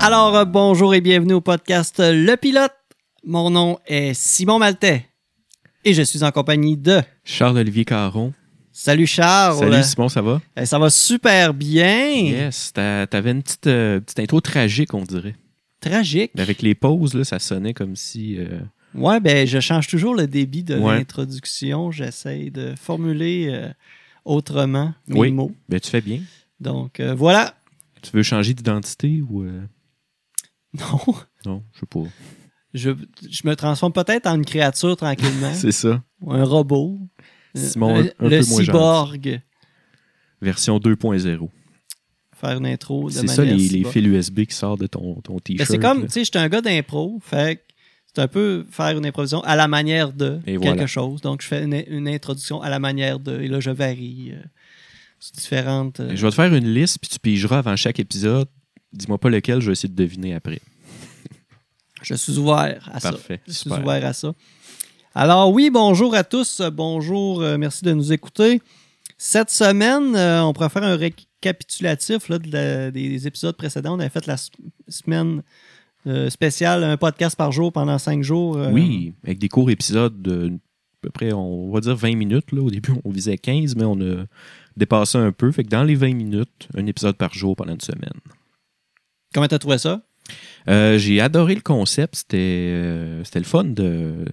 Alors, euh, bonjour et bienvenue au podcast euh, Le Pilote. Mon nom est Simon Maltais et je suis en compagnie de... Charles-Olivier Caron. Salut Charles. Salut Simon, ça va? Euh, Ça va super bien. Yes, t'a- t'avais une petite, euh, petite intro tragique, on dirait. Tragique. Mais Avec les pauses, là, ça sonnait comme si. euh, Ouais, ben je change toujours le débit de Ouais. l'introduction. J'essaie de formuler euh, autrement mes Oui. mots. ben, tu fais bien. Donc euh, voilà. Tu veux changer d'identité ou. euh, Non, Non, je sais pas. Hein? je, je me transforme peut-être en une créature tranquillement, C'est ça. ou un robot, euh, Simon, un- le, un peu le moins gentil. cyborg. Version 2.0. Faire une intro de C'est manière ça, les, les cyborg. fils USB qui sortent de ton, ton Ben, t-shirt. c'est comme, là. tu sais, j'étais un gars d'impro, fait que c'est un peu faire une improvisation à la manière de Et quelque voilà. chose. Donc, je fais une, une introduction à la manière de, et là, je varie. euh, sur différentes. euh, Ben, Je vais te faire une liste, puis tu pigeras avant chaque épisode. Dis-moi pas lequel, je vais essayer de deviner après. Je suis ouvert à Ah, ça. Parfait, Je suis super. ouvert à ça. Alors oui, bonjour à tous. euh, Bonjour, euh, merci de nous écouter. Cette semaine, euh, on pourrait faire un récapitulatif là, de la- des, des épisodes précédents. On avait fait la s- semaine euh, spéciale, un podcast par jour pendant cinq jours. euh, Oui, avec des courts épisodes de à peu près, on va dire 20 minutes. Là. Au début, on visait 15, mais on a dépassé un peu. Fait que dans les 20 minutes, un épisode par jour pendant une semaine. Comment t'as trouvé ça? Euh, J'ai adoré le concept. C'était euh, c'était le fun de.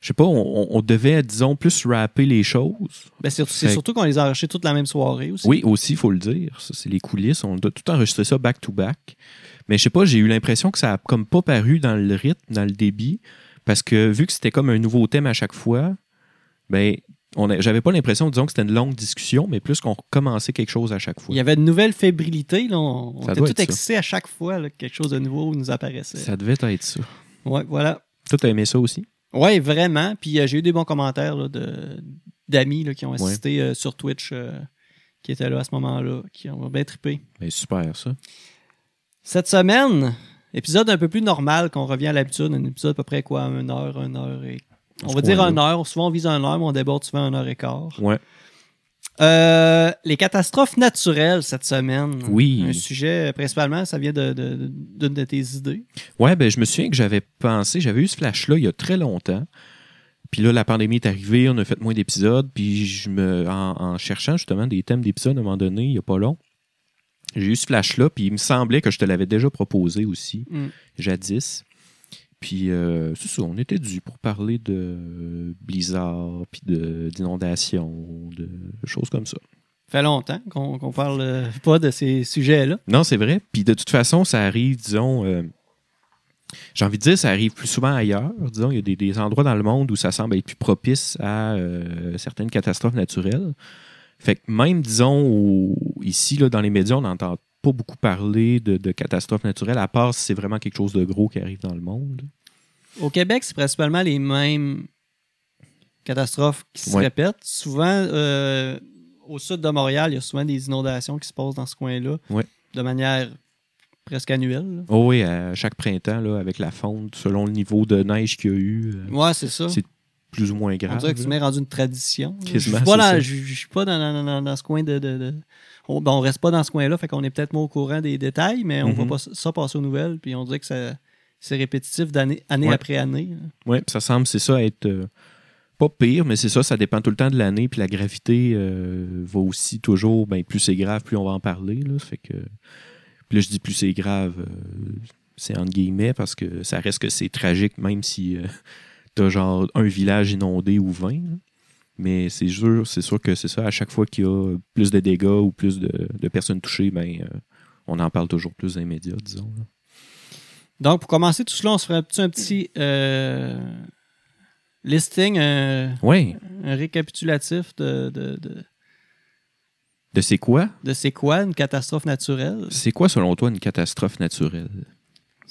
Je sais pas, on, on- on devait, disons, plus rapper les choses. Ben, c'est c'est Fait- surtout qu'on les a enregistrés toute la même soirée aussi. Oui, aussi, il faut le dire. Ça, c'est les coulisses. On a tout enregistré ça back-to-back. Mais je sais pas, j'ai eu l'impression que ça a comme pas paru dans le rythme, dans le débit. Parce que vu que c'était comme un nouveau thème à chaque fois, ben, on a- j'avais pas l'impression, disons, que c'était une longue discussion, mais plus qu'on recommençait quelque chose à chaque fois. Il y avait une nouvelle fébrilité. Là. On, on Ça était doit tout être ça. excités à chaque fois là, que quelque chose de nouveau nous apparaissait. Ça devait être ça. Ouais, voilà. Toi, t'as aimé ça aussi? Oui, vraiment. Puis euh, j'ai eu des bons commentaires là, de, d'amis là, qui ont assisté euh, sur Twitch, euh, qui étaient là à ce moment-là, qui ont bien trippé. Ben, super, ça. Cette semaine, épisode un peu plus normal qu'on revient à l'habitude, un épisode à peu près quoi, une heure, une heure et. On Ce va dire coin-là. une heure. Souvent, on vise une heure, mais on déborde souvent une heure et quart. Ouais. Euh, les catastrophes naturelles cette semaine. Oui. Un sujet, euh, principalement, ça vient de, de- de- d'une de tes idées. Ouais, ben, je me souviens que j'avais pensé, j'avais eu ce flash-là il y a très longtemps. Puis là, la pandémie est arrivée, on a fait moins d'épisodes. Puis je me, en, en cherchant justement des thèmes d'épisodes à un moment donné, il n'y a pas long, j'ai eu ce flash-là. Puis il me semblait que je te l'avais déjà proposé aussi, Mm. jadis. Puis euh, c'est ça, on était dû pour parler de euh, blizzard, puis de- d'inondations, de, choses comme ça. fait longtemps qu'on, qu'on parle euh, pas de ces sujets-là. Non, c'est vrai. Puis de toute façon, ça arrive, disons, euh, j'ai envie de dire, ça arrive plus souvent ailleurs. Disons, il y a des, des endroits dans le monde où ça semble être plus propice à euh, certaines catastrophes naturelles. Fait que même, disons, au- ici, là, dans les médias, on n'entend pas beaucoup parler de, de catastrophes naturelles, à part si c'est vraiment quelque chose de gros qui arrive dans le monde. Au Québec, c'est principalement les mêmes catastrophes qui se Ouais. répètent. Souvent, euh, au sud de Montréal, il y a souvent des inondations qui se passent dans ce coin-là Ouais. de manière presque annuelle. Oh oui, à chaque printemps, là, avec la fonte, selon le niveau de neige qu'il y a eu, euh, là. Ouais, c'est ça. C'est plus ou moins On grave. dirait que tu là. m'es rendu une tradition. là. Je suis Quasiment, pas, c'est dans, ça. je, je suis pas dans, dans- dans- dans ce coin de. de- de- On, ben, on reste pas dans ce coin-là, fait qu'on est peut-être moins au courant des détails, mais on Mhm. voit pas ça- ça passer aux nouvelles, puis on dirait que ça- c'est répétitif d'année année Ouais. après année. là. Oui, ça semble, c'est ça, être euh, pas pire, mais c'est ça, ça dépend tout le temps de l'année, puis la gravité euh, va aussi toujours, ben, plus c'est grave, plus on va en parler. Là, fait que, puis là, je dis plus c'est grave, euh, c'est entre guillemets, parce que ça reste que c'est tragique, même si euh, t'as genre un village inondé ou 20. là. Mais c'est sûr, c'est sûr que c'est ça, à chaque fois qu'il y a plus de dégâts ou plus de, de personnes touchées, ben, euh, on en parle toujours plus dans les médias, disons. là. Donc, pour commencer tout cela, on se ferait un petit, un petit, euh, listing, un, Ouais, un récapitulatif de, de, de, de c'est quoi? de c'est quoi une catastrophe naturelle. C'est quoi, selon toi, une catastrophe naturelle?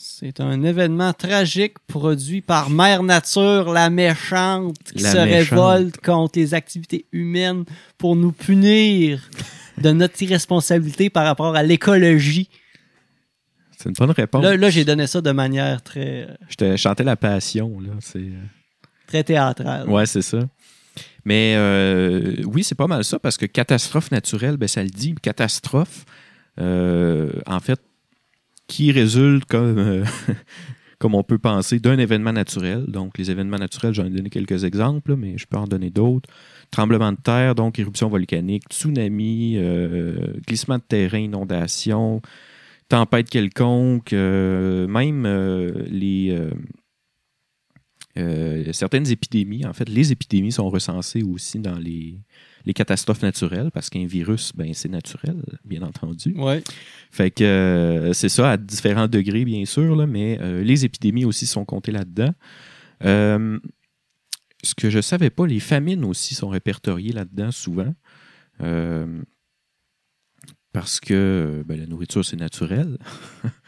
C'est un événement tragique produit par Mère Nature, la méchante, qui La se méchante. révolte contre les activités humaines pour nous punir de notre irresponsabilité par rapport à l'écologie. C'est une bonne réponse. Là, là j'ai donné ça de manière très, Je te chantais la passion, là. C'est... euh, très théâtrale. Ouais, c'est ça. Mais euh, oui, c'est pas mal ça, parce que catastrophe naturelle, ben, ça le dit. Catastrophe, euh, en fait, qui résulte comme, euh, comme on peut penser d'un événement naturel. Donc, les événements naturels, j'en ai donné quelques exemples, là, mais je peux en donner d'autres. Tremblement de terre, donc éruption volcanique, tsunami, euh, glissement de terrain, inondation, tempête quelconque, euh, même euh, les. euh, euh, certaines épidémies, en fait, les épidémies sont recensées aussi dans les, les catastrophes naturelles, parce qu'un virus, ben, c'est naturel, bien entendu. Ouais. Fait que euh, c'est ça à différents degrés, bien sûr, là, mais euh, les épidémies aussi sont comptées là-dedans. Euh, ce que je savais pas, les famines aussi sont répertoriées là-dedans souvent. Euh, parce que euh, ben, la nourriture, c'est naturel.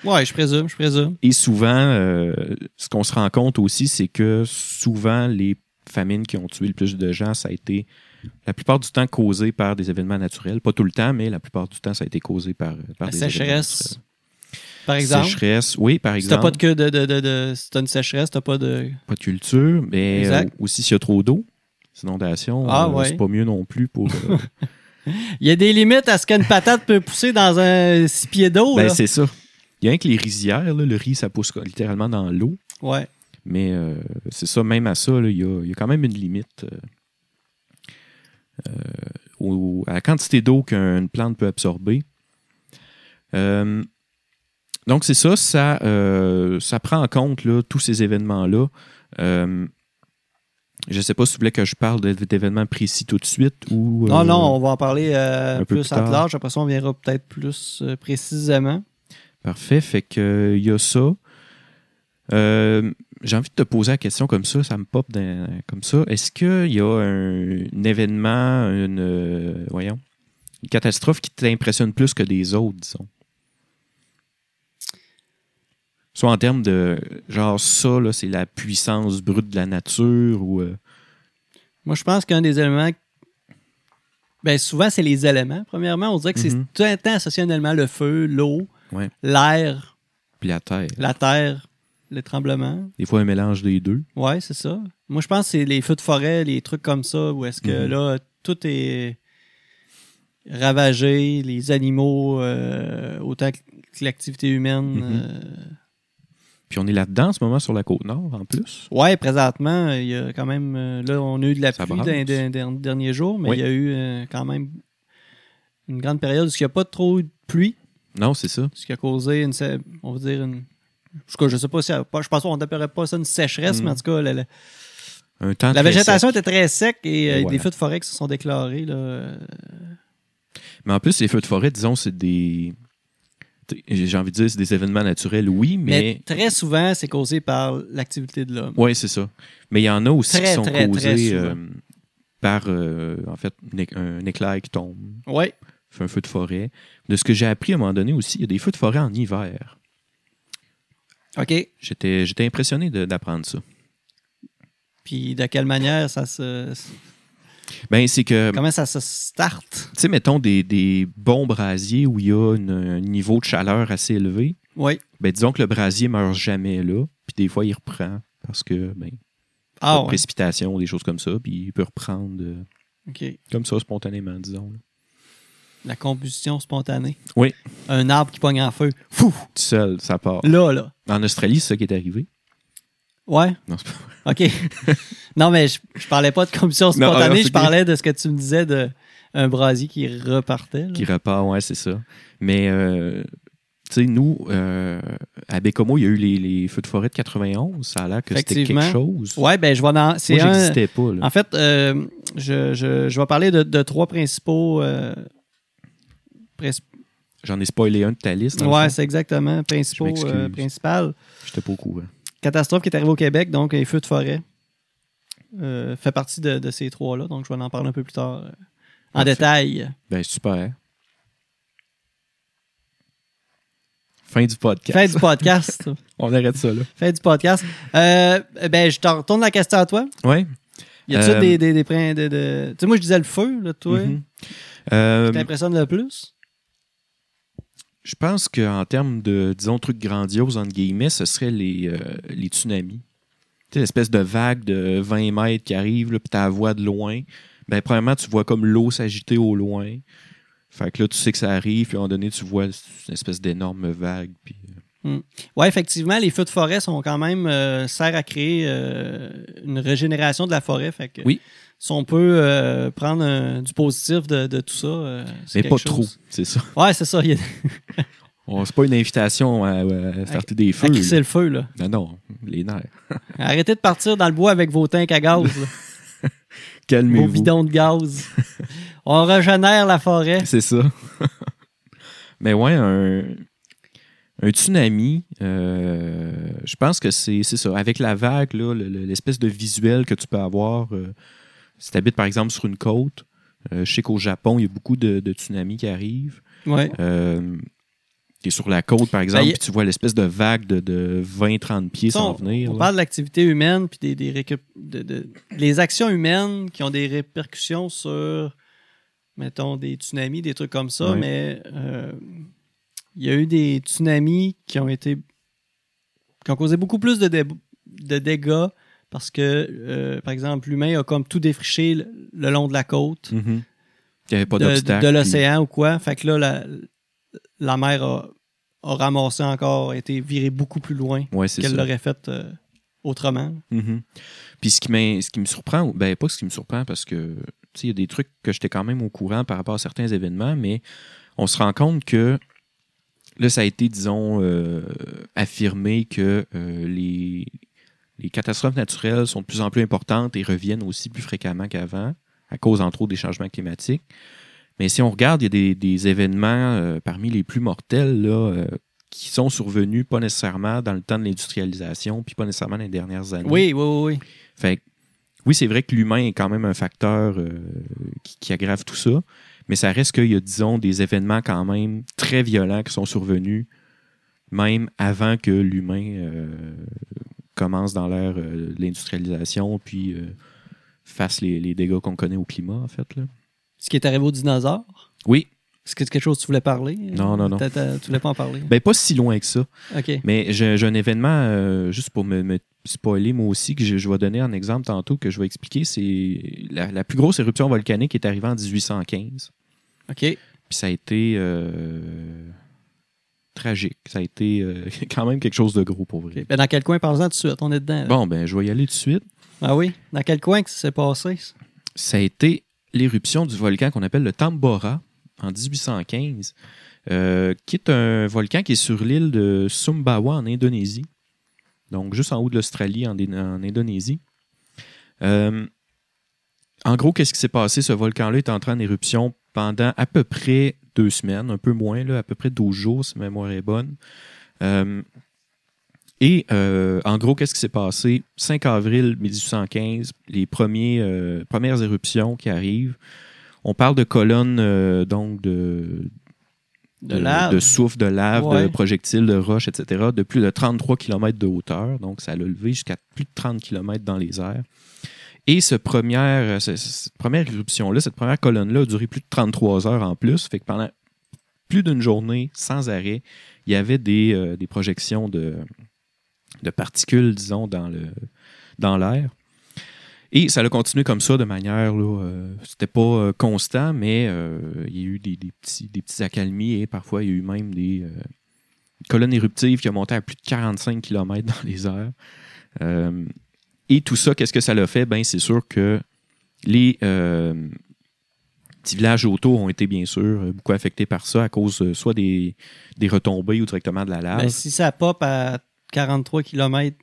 Ouais, je présume, je présume. Et souvent, euh, ce qu'on se rend compte aussi, c'est que souvent, les famines qui ont tué le plus de gens, ça a été la plupart du temps causé par des événements naturels. Pas tout le temps, mais la plupart du temps, ça a été causé par, par La des événements sécheresse, naturels. par exemple. Sécheresse, oui, par Si t'as exemple. pas de queue de, de, de, de- si t'as une sécheresse, t'as pas de. Pas de culture, mais Exact. euh, aussi s'il y a trop d'eau, c'est inondation, Ah, euh, ouais. c'est pas mieux non plus pour. euh, Il y a des limites à ce qu'une patate peut pousser dans un six pieds d'eau. ben, là. c'est ça. Il y a rien que les rizières, là, le riz, ça pousse littéralement dans l'eau, ouais. mais euh, c'est ça, même à ça, là, il y a, il y a quand même une limite euh, euh, au- à la quantité d'eau qu'une plante peut absorber. Euh, donc, c'est ça, ça, euh, ça prend en compte là, tous ces événements-là. Euh, je ne sais pas si vous voulez que je parle d'é- d'événements précis tout de suite ou. euh, Non, Ah non, on va en parler euh, un peu plus plus à tard. large. Après ça, on verra peut-être plus euh, précisément. Parfait. Fait que euh, il y a ça. Euh, J'ai envie de te poser la question comme ça, ça me pop dans- comme ça. Est-ce qu'il y a un, un événement, une euh, voyons, une catastrophe qui t'impressionne plus que des autres, disons? Soit en termes de genre ça, là, c'est la puissance brute de la nature ou euh, Moi, je pense qu'un des éléments. Ben, souvent, c'est les éléments. Premièrement, on dirait que Mhm. c'est tout un temps associé à un élément le feu, l'eau, Ouais. l'air, puis la terre. la terre, les tremblements. Des fois un mélange des deux. Ouais, c'est ça. Moi, je pense que c'est les feux de forêt, les trucs comme ça, où est-ce que Mhm. là, tout est ravagé, les animaux, euh, autant que l'activité humaine. Mhm. euh, Puis on est là-dedans en ce moment sur la côte nord en plus. Ouais, présentement, il y a quand même. euh, Là, on a eu de la Ça pluie brasse. dans les der- der- derniers jours, mais Oui. il y a eu euh, quand même une grande période où il n'y a pas trop eu de pluie, Non, c'est ça. ce qui a causé une. sé- On va dire une. En tout cas, je sais pas si. elle- pas- Je pense qu'on n'appellerait pas ça une sécheresse, Mm. mais en tout cas, la, la- Un temps la très végétation sec. était très sec et euh, Et voilà. des feux de forêt qui se sont déclarés. Là, euh, Mais en plus, les feux de forêt, disons, c'est des. t'sais, J'ai envie de dire, c'est des événements naturels, oui, mais... mais. très souvent, c'est causé par l'activité de l'homme. Oui, c'est ça. Mais il y en a aussi Très, qui sont très, très causés souvent. euh, par, euh, en fait, un éc- un éclair qui tombe, Ouais. fait un feu de forêt. De ce que j'ai appris à un moment donné aussi, il y a des feux de forêt en hiver. OK. J'étais j'étais impressionné de- d'apprendre ça. Puis de quelle manière ça se. Ben, c'est que. Comment ça se start? Tu sais, mettons des, des bons brasiers où il y a une- un niveau de chaleur assez élevé. Oui. Ben, disons que le brasier meurt jamais là, puis des fois, il reprend parce que, ben, pas Ah, de ouais. précipitation, des choses comme ça, puis il peut reprendre euh, OK. comme ça spontanément, disons. là. La combustion spontanée. Oui. Un arbre qui pogne en feu. Fou! Tout seul, ça part. Là, là. En Australie, c'est ça qui est arrivé. Ouais, Non, c'est pas vrai. OK. non, mais je, je parlais pas de combustion Non, spontanée, alors, c'est je parlais de ce que tu me disais de un brasier qui repartait. là. Qui repart, ouais, c'est ça. Mais, euh, tu sais, nous, euh, à Bécomo, il y a eu les, les feux de forêt de 91. Ça a l'air que c'était quelque Effectivement. chose. Ouais, ben je vais dans. Moi, C'est un. j'existais pas, là. En fait, euh, je, je- je vais parler de, de trois principaux. euh, princi- J'en ai spoilé un de ta liste. dans le Ouais, fond. c'est exactement. Principaux, m'excuse. euh, principales. J'étais pas au courant. Catastrophe qui est arrivée au Québec, donc les feux de forêt. euh, fait partie de, de ces trois-là, donc je vais en parler un peu plus tard euh, en Parfait. détail. Ben, super. Fin du podcast. Fais du podcast. On arrête ça, là. Fais du podcast. Euh, ben, je te retourne la question à toi. Ouais. Y a-tu Euh, des, des, des, prin- de- de- Tu sais, moi, je disais le feu, là, toi. Mhm. Euh, qui t'impressionne le plus? Je pense qu'en termes de, disons, trucs grandioses, entre guillemets, ce serait les, euh, les tsunamis. Tu sais, l'espèce de vague de 20 mètres qui arrive, là, puis tu la vois de loin. Ben, premièrement, tu vois comme l'eau s'agiter au loin. Fait que là, tu sais que ça arrive, puis à un moment donné, tu vois une espèce d'énorme vague. Puis, euh, Oui, effectivement, les feux de forêt sont quand même euh, servent à créer euh, une régénération de la forêt. Fait que, Oui. Si on peut euh, prendre un- du positif de, de tout ça, euh, c'est Mais quelque pas chose. trop, c'est ça. Ouais, c'est ça. Il y a On- C'est pas une invitation à, euh, à starter des feux. à crisser là. le feu. Là. Non, non, les nerfs. Arrêtez de partir dans le bois avec vos tanks à gaz, là, vos Calmez-vous. bidons de gaz. on régénère la forêt. C'est ça. Mais ouais, un, un tsunami, euh, je pense que c'est c'est ça. Avec la vague, là, le- le- l'espèce de visuel que tu peux avoir, euh, si tu habites par exemple sur une côte, euh, je sais qu'au Japon, il y a beaucoup de, de tsunamis qui arrivent. Ouais. tu es sur la côte, par exemple, Ben, y- puis tu vois l'espèce de vague de, de 20-30 pieds Tu sais, s'en on, venir. on là. parle de l'activité humaine puis des, des récup- de- de- les actions humaines qui ont des répercussions sur, mettons, des tsunamis, des trucs comme ça, Ouais. mais euh, il y a eu des tsunamis qui ont été qui ont causé beaucoup plus de, dé- de dégâts parce que, euh, par exemple, l'humain a comme tout défriché le, le long de la côte, Mhm. Il n'y avait pas de, d'obstacle. de puis- l'océan ou quoi. Fait que là, la, la mer a, a ramassé encore, a été virée beaucoup plus loin Ouais, c'est qu'elle ça. l'aurait faite euh, autrement. Mhm. Puis ce qui, m'in- ce qui me surprend, ou- ben pas ce qui me surprend parce que tu sais, il y a des trucs que j'étais quand même au courant par rapport à certains événements, mais on se rend compte que là, ça a été, disons, euh, affirmé que euh, les, les catastrophes naturelles sont de plus en plus importantes et reviennent aussi plus fréquemment qu'avant, à cause, entre autres, des changements climatiques. Mais si on regarde, il y a des, des événements euh, parmi les plus mortels là, euh, qui sont survenus pas nécessairement dans le temps de l'industrialisation, puis pas nécessairement dans les dernières années. Oui, oui, oui. oui. Fait que, oui, c'est vrai que l'humain est quand même un facteur euh, qui, qui aggrave tout ça, mais ça reste qu'il y a, disons, des événements quand même très violents qui sont survenus, même avant que l'humain euh, commence dans l'ère euh, de l'industrialisation, puis euh, fasse les, les dégâts qu'on connaît au climat, en fait. Là. Ce qui est arrivé aux dinosaures, Oui, est-ce que c'est quelque chose que tu voulais parler? Non, non, non. T'as- t'as- Tu voulais pas en parler? ben pas si loin que ça. OK. Mais j'ai j'ai un événement, euh, juste pour me, me spoiler moi aussi, que je, je vais donner un exemple tantôt, que je vais expliquer. C'est la, la plus grosse éruption volcanique est arrivée en 1815. OK. Puis ça a été euh, tragique. Ça a été euh, quand même quelque chose de gros pour vrai. OK. Ben, dans quel coin, par exemple, tout de suite? On est dedans. là. Bon, ben je vais y aller tout de suite. Ah oui? Dans quel coin que ça s'est passé? ça? ça a été l'éruption du volcan qu'on appelle le Tambora en 1815, euh, qui est un volcan qui est sur l'île de Sumbawa en Indonésie, donc juste en haut de l'Australie en, Dé- en Indonésie. Euh, en gros, qu'est-ce qui s'est passé? Ce volcan-là est entré en éruption pendant à peu près deux semaines, un peu moins, là, à peu près 12 jours, si ma mémoire est bonne. Euh, et euh, en gros, qu'est-ce qui s'est passé? 5 avril 1815, les premiers, euh, premières éruptions qui arrivent. On parle de colonnes euh, donc de, De lave? de souffle, de lave, Ouais. de projectiles, de roches, etc., de plus de 33 km de hauteur. Donc, ça l'a levé jusqu'à plus de 30 km dans les airs. Et ce première, euh, ce- cette première éruption-là, cette première colonne-là a duré plus de 33 heures en plus. Fait que pendant plus d'une journée, sans arrêt, il y avait des, euh, des projections de, de particules, disons, dans le dans l'air. Et ça a continué comme ça de manière, là, euh, c'était pas euh, constant, mais euh, il y a eu des, des petits, des petits accalmies et parfois il y a eu même des euh, colonnes éruptives qui ont monté à plus de 45 km dans les airs. Euh, et tout ça, qu'est-ce que ça l'a fait? Ben, c'est sûr que les euh, petits villages autour ont été bien sûr euh, beaucoup affectés par ça à cause euh, soit des, des retombées ou directement de la lave. Ben, si ça pop à 43 km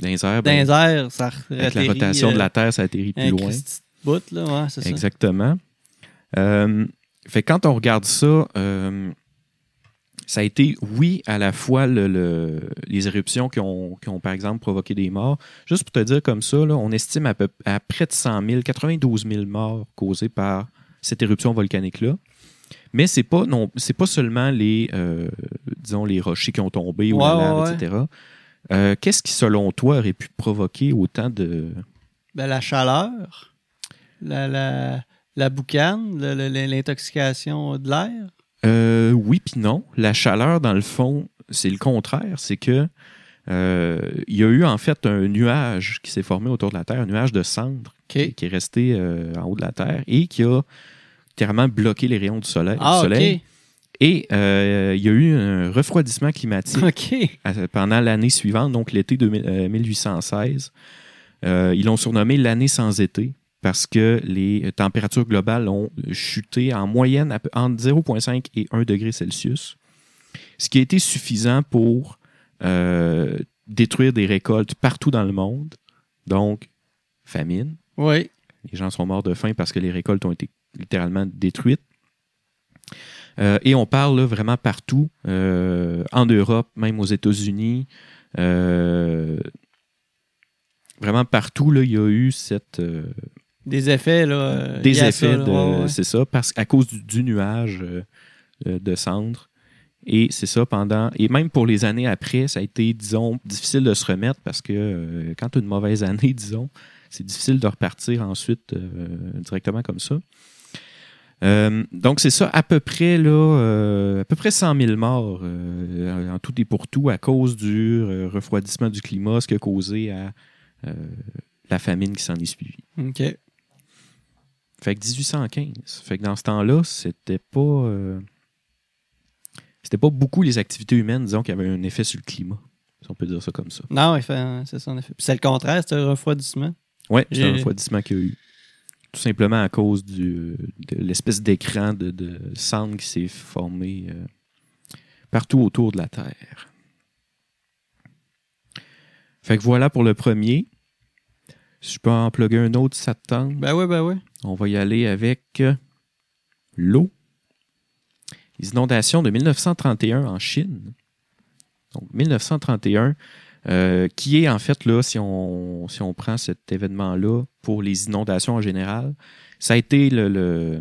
dans les airs, dans ben, les airs, euh, ça avec la rotation de la Terre, ça atterrit plus loin. bout, là, ouais, c'est ça. Exactement. Euh, fait que quand on regarde ça, euh, ça a été, oui, à la fois le- le- les éruptions qui ont, qui ont, par exemple, provoqué des morts. Juste pour te dire comme ça, là, on estime à, peu- à près de 100 000, 92 000 morts causées par cette éruption volcanique-là. Mais ce n'est pas, non- c'est pas seulement les, euh, disons, les rochers qui ont tombé ou la Ouais, ouais, lave, ouais. etc. Euh, Qu'est-ce qui, selon toi, aurait pu provoquer autant de... Ben, la chaleur, la, la, la boucane, le- le- l'intoxication de l'air. Euh, oui, puis non. La chaleur, dans le fond, c'est le contraire. C'est que euh, il y a eu en fait un nuage qui s'est formé autour de la Terre, un nuage de cendres qui, OK. qui est resté euh, en haut de la Terre et qui a littéralement bloqué les rayons du soleil. Ah, du soleil. OK. Et euh, il y a eu un refroidissement climatique OK. à- pendant l'année suivante, donc l'été 2000, euh, 1816. Euh, ils l'ont surnommé l'année sans été parce que les températures globales ont chuté en moyenne à peu- entre 0,5 et 1 degré Celsius, ce qui a été suffisant pour euh, détruire des récoltes partout dans le monde, donc famine. Oui. Les gens sont morts de faim parce que les récoltes ont été littéralement détruites. Euh, et on parle là, vraiment partout, euh, en Europe, même aux États-Unis. euh, vraiment partout, là, il y a eu cette, euh, Des effets, là. euh, des liés à effets ça, de. là. Ouais, ouais. C'est ça, parce, à cause du, du nuage euh, euh, de cendres. Et c'est ça pendant. Et même pour les années après, ça a été, disons, difficile de se remettre parce que euh, quand tu as une mauvaise année, disons, c'est difficile de repartir ensuite euh, directement comme ça. Euh, donc, c'est ça, à peu près, là, euh, à peu près 100 000 morts euh, en tout et pour tout à cause du euh, refroidissement du climat, ce qui a causé à euh, la famine qui s'en est suivie. OK. Fait que 1815. Fait que dans ce temps-là, c'était pas. euh, c'était pas beaucoup les activités humaines, disons, qui avaient un effet sur le climat. Si on peut dire ça comme ça. Non, il fait un- c'est ça, en effet. Puis c'est le contraire, c'est un refroidissement. Ouais, c'est un J'ai- refroidissement qu'il y a eu. Tout simplement à cause du, de l'espèce d'écran de, de cendre qui s'est formé euh, partout autour de la Terre. Fait que voilà pour le premier. Si je peux en plugger un autre, ça te tente? Ben oui, ben oui. On va y aller avec euh, l'eau. Les inondations de 1931 en Chine. Donc 1931, euh, qui est en fait là, si on, si on prend cet événement-là pour les inondations en général, ça a été le- le-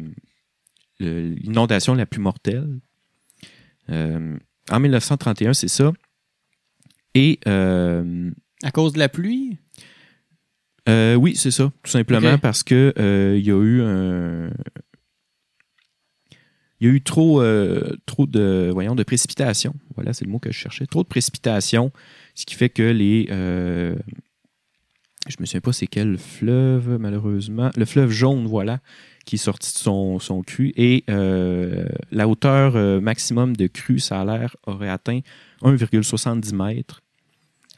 le- l'inondation la plus mortelle. Euh, en 1931, c'est ça. Et euh, À cause de la pluie? euh, oui, c'est ça, tout simplement Ok. parce que euh, il y a eu un, il y a eu trop, euh, trop de, voyons, de précipitations. Voilà, c'est le mot que je cherchais. Trop de précipitations, ce qui fait que les, euh, je me souviens pas c'est quel fleuve malheureusement, le fleuve jaune, voilà, qui est sorti de son, son cru et euh, la hauteur euh, maximum de crue, ça a l'air, aurait atteint 1,70 mètres.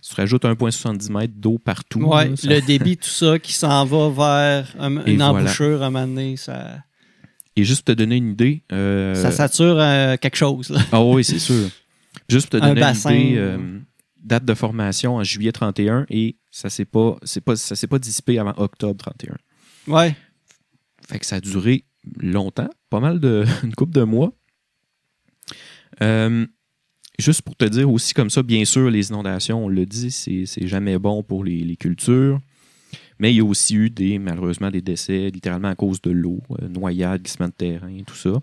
Tu rajoutes 1,70 mètres d'eau partout. Ouais, là, ça le débit, tout ça, qui s'en va vers un- Et une voilà. embouchure à un moment donné, ça, Et juste pour te donner une idée. euh, ça sature euh, quelque chose. là. Ah oui, c'est sûr. Juste pour te Un donner bassin. une idée, euh, date de formation en juillet 31 et ça s'est pas, c'est pas, ça s'est pas dissipé avant octobre 31. Ouais. Fait que ça a duré longtemps, pas mal de, une couple de mois. Euh, juste pour te dire aussi comme ça, bien sûr, les inondations, on le dit, c'est c'est jamais bon pour les, les cultures. Mais il y a aussi eu des, malheureusement, des décès littéralement à cause de l'eau, euh, noyades, glissements de terrain, tout ça.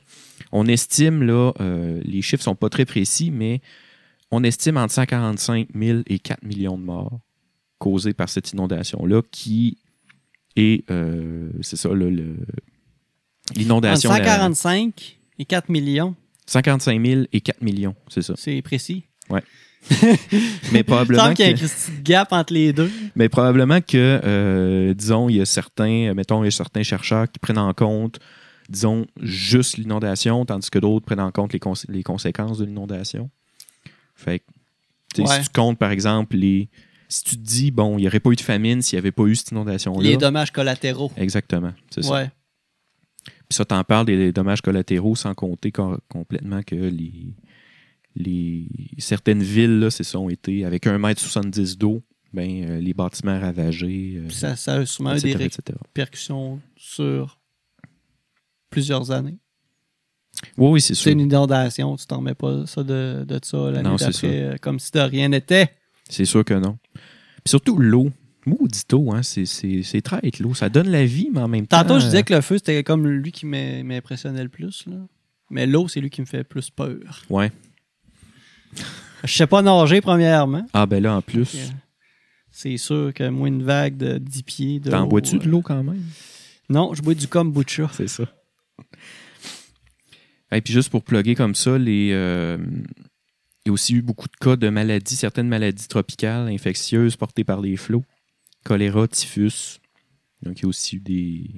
On estime, là, euh, les chiffres sont pas très précis, mais on estime entre 145 000 et 4 millions de morts causés par cette inondation-là qui est, euh, c'est ça, le- le- Entre l'inondation. la- 145 et 4 millions, 55 000 et 4 millions, c'est ça. c'est précis. Mais Il me probablement semble qu'il y a un que, petit gap entre les deux. mais probablement que euh, disons, il y a certains, euh, mettons, il y a certains chercheurs qui prennent en compte, disons, juste l'inondation, tandis que d'autres prennent en compte les, cons- les conséquences de l'inondation. Fait que, tu sais, Ouais. si tu comptes, par exemple, les. Si tu te dis, bon, il n'y aurait pas eu de famine s'il n'y avait pas eu cette inondation-là. Les dommages collatéraux. Exactement, c'est ça. Ouais. Puis ça, t'en parles des, des dommages collatéraux sans compter com- complètement que les, les certaines villes, là, c'est ça, ont été avec 1,70 m d'eau, ben, euh, les bâtiments ravagés, euh, Puis Ça, ça a sûrement eu etc., des etc. répercussions sur plusieurs années. Oui, oui, c'est C'est sûr. une inondation, tu t'en remets pas ça de, de ça l'année Non, c'est d'après, euh, comme si de rien n'était. C'est sûr que non. Puis surtout l'eau. Maudite eau, hein, c'est- c'est c'est traître l'eau. Ça donne la vie, mais en même temps. euh, Tantôt, je disais que le feu, c'était comme lui qui m'est- m'impressionnait le plus. Là. Mais l'eau, c'est lui qui me fait le plus peur. Ouais. Je sais pas nager, premièrement. Ah, ben là, en plus, Fait que, C'est sûr que moins une vague de 10 pieds. de t'en haut, bois-tu de euh, l'eau quand même? Non, je bois du kombucha. C'est ça. Et puis juste pour plugger comme ça, les, euh, il y a aussi eu beaucoup de cas de maladies, certaines maladies tropicales infectieuses portées par les flots, choléra, typhus. Donc il y a aussi eu des...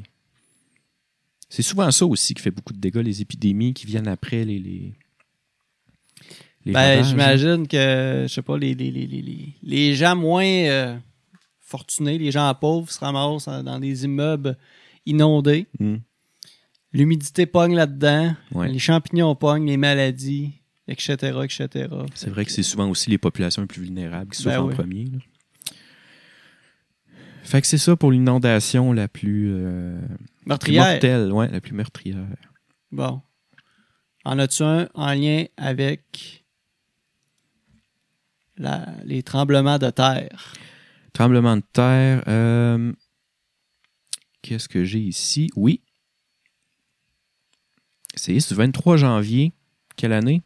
C'est souvent ça aussi qui fait beaucoup de dégâts, les épidémies qui viennent après les, les, les Ben, ravages, hein. j'imagine que, je sais pas, les, les, les, les- les- les gens moins euh, fortunés, les gens pauvres, se ramassent en- dans des immeubles inondés. Hmm. L'humidité pogne là-dedans, Ouais. les champignons pognent, les maladies, etc., etc. C'est vrai que c'est souvent aussi les populations les plus vulnérables qui Ben souffrent en oui. premier. là. Fait que c'est ça pour l'inondation la plus, euh, plus Meurtrière. mortelle, ouais, la plus meurtrière. Bon. En as-tu un en lien avec la- les tremblements de terre? Tremblement de terre. euh, Qu'est-ce que j'ai ici? Oui. C'est ce 23 janvier. Quelle année?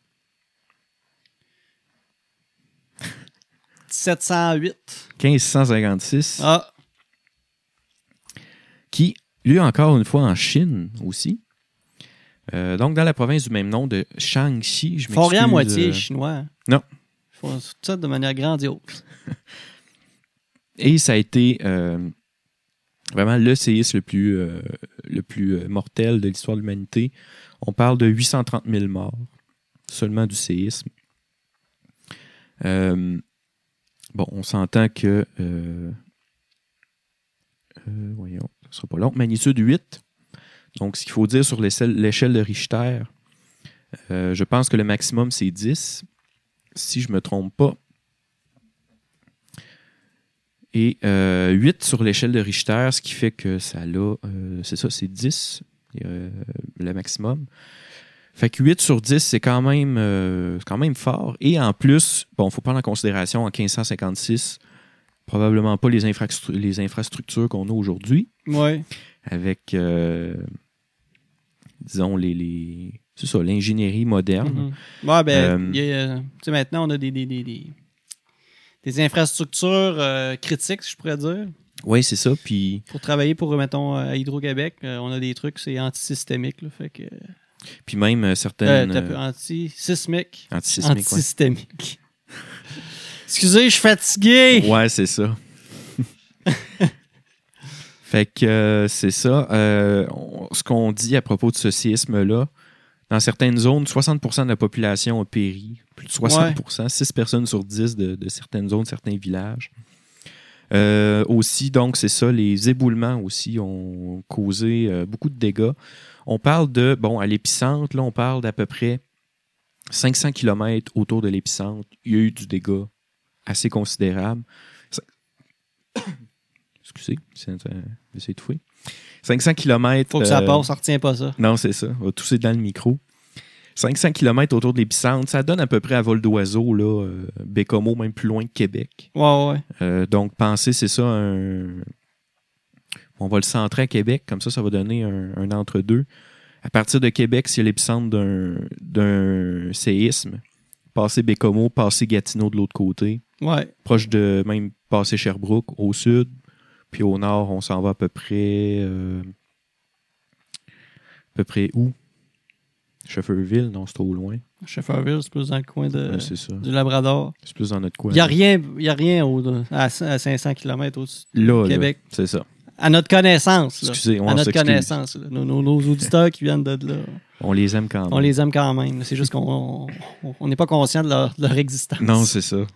708. 1556. Ah, qui, lui, encore une fois, en Chine aussi. Euh, donc, dans la province du même nom de Shaanxi, je ils font rien à m'excuse, moitié, euh, les Chinois. hein. non. Ils font tout ça de manière grandiose. Et ça a été euh, vraiment le séisme le plus, euh, le plus euh, mortel de l'histoire de l'humanité. On parle de 830 000 morts seulement du séisme. Euh, bon, on s'entend que. euh, euh, voyons, ce sera pas long. Magnitude 8. Donc, ce qu'il faut dire sur l'échelle l'échelle de Richter, euh, je pense que le maximum c'est 10, si je me trompe pas. Et 8 sur l'échelle de Richter, ce qui fait que ça l'a. euh, c'est ça, c'est 10, euh, le maximum. Fait que 8 sur 10, c'est quand même, euh, c'est quand même fort. Et en plus, bon, faut prendre en considération en 1556, probablement pas les, infrastru- les infrastructures qu'on a aujourd'hui, Oui. avec, euh, disons, les, les- c'est ça, l'ingénierie moderne. Ouais, ben, Euh, il y a- tu sais, maintenant, on a des, des, des, des- des infrastructures euh, critiques, si je pourrais dire. Oui, c'est ça. Puis Pour travailler pour, mettons, à Hydro-Québec, euh, on a des trucs, c'est antisystémique. Là, fait que, euh, puis même euh, certaines. t'as peu- euh, anti-sismique. antisismiques, ouais. Antisystémique. Excusez, je suis fatigué. Ouais, c'est ça. fait que euh, c'est ça. Euh, on- ce qu'on dit à propos de ce séisme-là, dans certaines zones, 60 de la population a péri. Plus de 60 6 personnes sur 10 de, de certaines zones, certains villages. Euh, aussi, donc, c'est ça, les éboulements aussi ont causé euh, beaucoup de dégâts. On parle de, bon, à l'épicentre, là, on parle d'à peu près 500 km autour de l'épicentre. Il y a eu du dégât assez considérable. Ça- Excusez, c'est un- je vais essayer de fouiller. 500 km. Faut que ça passe, on retient pas ça. euh, Non, c'est ça. On va tousser dans le micro. 500 km autour de l'épicentre, ça donne à peu près à vol d'oiseau, là, euh, Bécomo, même plus loin que Québec. Ouais, ouais. Euh, donc, pensez, c'est ça, un... on va le centrer à Québec, comme ça, ça va donner un, un entre-deux. À partir de Québec, c'est l'épicentre d'un, d'un séisme. Passer Bécomo, passer Gatineau de l'autre côté, Ouais. proche de même passer Sherbrooke au sud, puis au nord, on s'en va à peu près. euh, à peu près où Shefferville, non, c'est trop loin. Shefferville, c'est plus dans le coin de, Ouais, c'est ça. du Labrador. C'est plus dans notre coin. Il n'y a rien, y a rien au- à, cin- à 500 km au-dessus. Là, là, Québec. c'est ça. À notre connaissance. là. Excusez, on à notre s'excuse. connaissance. là. Nos, nos- nos auditeurs qui viennent de de là, On les aime quand même. on les aime quand même. C'est juste qu'on on- on n'est pas conscient de leur, de leur existence. Non, c'est ça.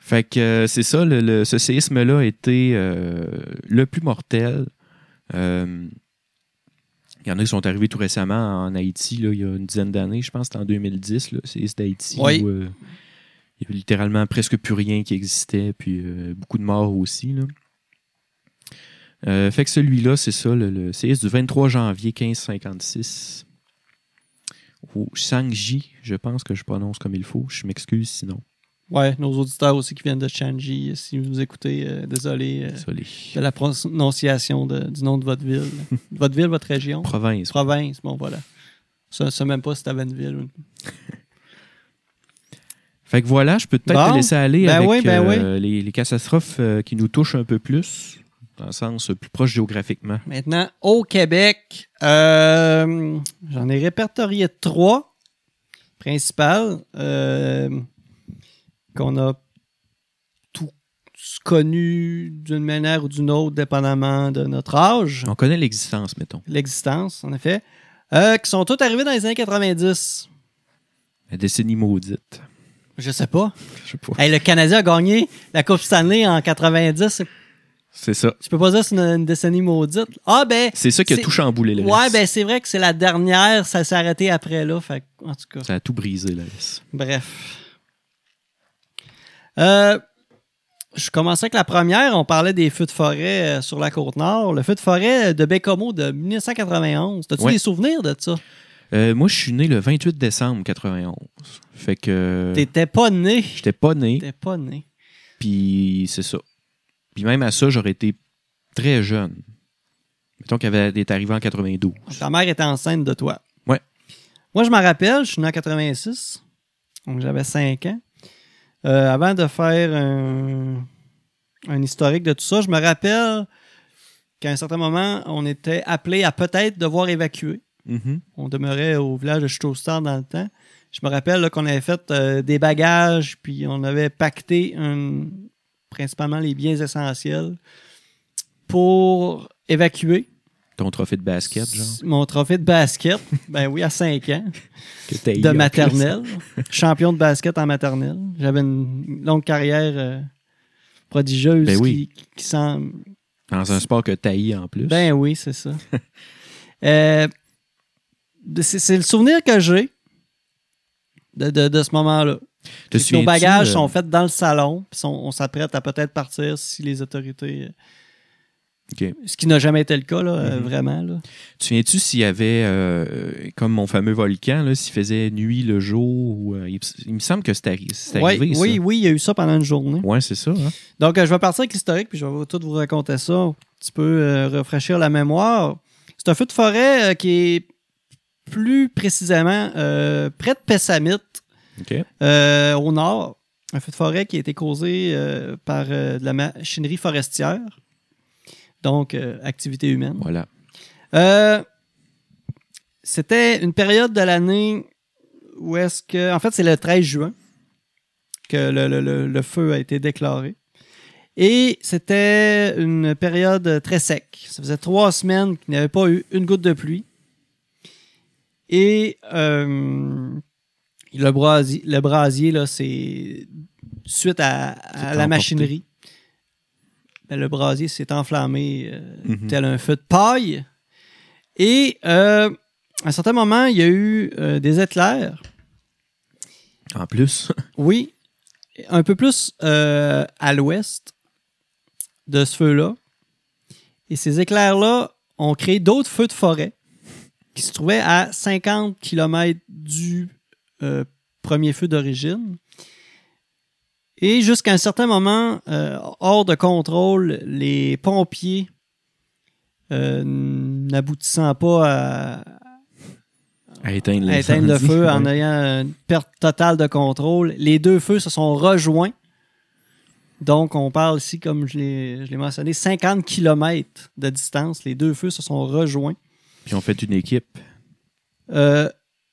Fait que euh, c'est ça, le, le- ce séisme-là a été euh, le plus mortel. Euh, Il y en a qui sont arrivés tout récemment en Haïti, là, il y a une dizaine d'années, je pense, c'était en 2010, le séisme d'Haïti, Oui. où euh, il y avait littéralement presque plus rien qui existait, puis euh, beaucoup de morts aussi. là. Euh, fait que celui-là, c'est ça, le, le séisme du 23 janvier 1556 au Shangji, je pense que je prononce comme il faut. Je m'excuse sinon. Ouais, nos auditeurs aussi qui viennent de Changi, si vous nous écoutez, euh, désolé euh, Désolé. de la prononciation de- du nom de votre ville. De votre ville, votre région. Province. Province, bon voilà. Ça, ça même pas si t'avais une ville. ou une- Fait que voilà, je peux peut-être Bon. te laisser aller Ben avec oui, ben euh, les, les catastrophes euh, qui nous touchent un peu plus, dans le sens euh, plus proche géographiquement. Maintenant, au Québec, euh, j'en ai répertorié trois principales euh, qu'on a tous connues d'une manière ou d'une autre, dépendamment de notre âge, On connaît l'existence, mettons. l'existence en effet, euh, qui sont toutes arrivées dans les années 90. La décennie maudite. Je sais pas. Je sais pas. Hey, le Canadien a gagné la Coupe Stanley en 90. C'est ça. Tu peux pas dire que c'est une, une décennie maudite. Ah, ben, C'est ça qui a C'est- tout chamboulé, la ouais, liste. ben, c'est vrai que c'est la dernière. Ça s'est arrêté après, là. Fait que, en tout cas. Ça a tout brisé, la liste. Bref. Euh, je commençais avec la première. On parlait des feux de forêt euh, sur la côte nord. Le feu de forêt de Bécomo de 1991. T'as-tu Ouais. des souvenirs de ça? Euh, moi, je suis né le 28 décembre 91. Fait que. T'étais pas né. J'étais pas né, T'étais pas né. puis c'est ça. Puis même à ça, j'aurais été très jeune. Mettons qu'elle avait- elle est arrivée en 92. Ta mère était enceinte de toi. Ouais. Moi, je m'en rappelle, je suis né en 86. Donc, j'avais 5 ans. Euh, avant de faire un, un historique de tout ça, je me rappelle qu'à un certain moment, on était appelé à peut-être devoir évacuer. Mhm. On demeurait au village de Chutostar dans le temps. Je me rappelle là, qu'on avait fait euh, des bagages, puis on avait pacté un- principalement les biens essentiels pour évacuer. Ton trophée de basket, genre. Mon trophée de basket, ben oui, à 5 ans, Que t'as eu de en maternelle. Champion de basket en maternelle. J'avais une longue carrière euh, prodigieuse Ben oui. qui, qui semble. classe. Dans un sport que t'as eu en plus. Ben oui, c'est ça. Euh, c'est c'est le souvenir que j'ai de, de- de ce moment-là. Te Puis Nos souviens-tu, bagages euh, sont faits dans le salon, puis sont- on s'apprête à peut-être partir si les autorités. euh, Ok. Ce qui n'a jamais été le cas, là, euh, Mhm. vraiment. là. Tu souviens-tu s'il y avait, euh, comme mon fameux volcan, là, s'il faisait nuit le jour? ou, euh, il, il me semble que c'est arri- c'est Ouais, arrivé, ça. oui, oui, il y a eu ça pendant une journée. Ouais, c'est ça. hein. Donc, euh, je vais partir avec l'historique, puis je vais tout vous raconter ça. Un petit peu euh, rafraîchir la mémoire. C'est un feu de forêt euh, qui est plus précisément euh, près de Pessamite, OK. euh, au nord. Un feu de forêt qui a été causé euh, par euh, de la machinerie forestière. Donc, euh, activité humaine. Voilà. Euh, C'était une période de l'année où est-ce que. En fait, c'est le 13 juin que le, le- le- le feu a été déclaré. Et c'était une période très sec. Ça faisait trois semaines qu'il n'y avait pas eu une goutte de pluie. Et euh, le brasier, le brasier là, c'est suite à, à C'est la emporté. machinerie. ben, le brasier s'est enflammé euh, Mhm. tel un feu de paille. Et euh, à un certain moment, il y a eu euh, des éclairs. En plus. Oui, un peu plus euh, à l'ouest de ce feu-là. Et ces éclairs-là ont créé d'autres feux de forêt qui se trouvaient à 50 km du euh, premier feu d'origine. Et jusqu'à un certain moment, euh, hors de contrôle, les pompiers euh, n'aboutissant pas à, à éteindre, à éteindre le l'incendie. feu en Ouais. ayant une perte totale de contrôle. Les deux feux se sont rejoints. Donc, on parle ici, comme je l'ai je l'ai mentionné, 50 km de distance. Les deux feux se sont rejoints. Puis on fait une équipe. Euh,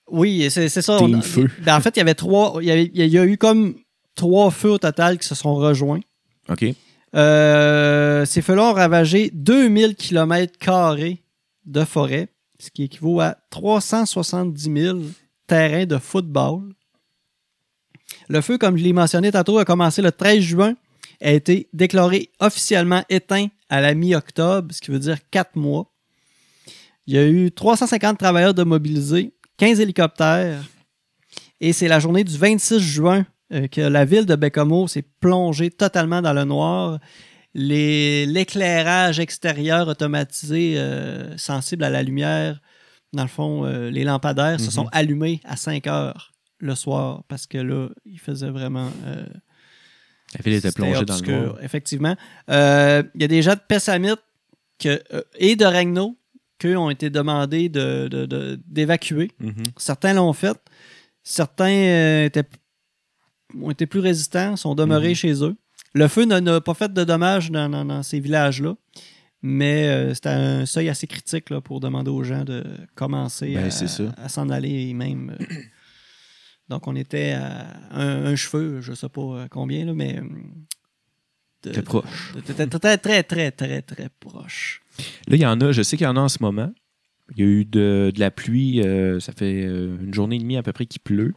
oui, c'est c'est ça. Team On- feu. ben, en fait, il y avait trois. Il y, avait- il y a eu comme trois feux au total qui se sont rejoints. OK. Euh, ces feux-là ont ravagé 2000 km de forêt, ce qui équivaut à 370 000 terrains de football. Le feu, comme je l'ai mentionné tantôt, a commencé le 13 juin, a été déclaré officiellement éteint à la mi-octobre, ce qui veut dire 4 mois. Il y a eu 350 travailleurs de mobilisés, 15 hélicoptères, et c'est la journée du 26 juin euh, que la ville de Bécomo s'est plongée totalement dans le noir. Les- L'éclairage extérieur automatisé euh, sensible à la lumière, dans le fond, euh, les lampadaires se Mhm. sont allumés à 5 heures le soir parce que là, il faisait vraiment. euh, La ville était c'était plongée dans obscur, le noir. Effectivement. Euh, Il y a des gens de Pessamit que, euh, et de Regno qui ont été demandés de- de- de- d'évacuer. Mhm. Certains l'ont fait. Certains euh, étaient, ont été plus résistants, sont demeurés Mhm. chez eux. Le feu n'a- n'a pas fait de dommages dans, dans- dans ces villages-là, mais euh, c'était un seuil assez critique là, pour demander aux gens de commencer Ben, à- c'est ça. à s'en aller et même. euh, donc, on était à un, un cheveu, je sais pas euh, combien, là, mais. hum, de- T'es proche. de- de- de- de- Très, très, très, très, très proche. Là, il y en a, je sais qu'il y en a en ce moment. Il y a eu de, de la pluie, euh, ça fait euh, une journée et demie à peu près qu'il pleut.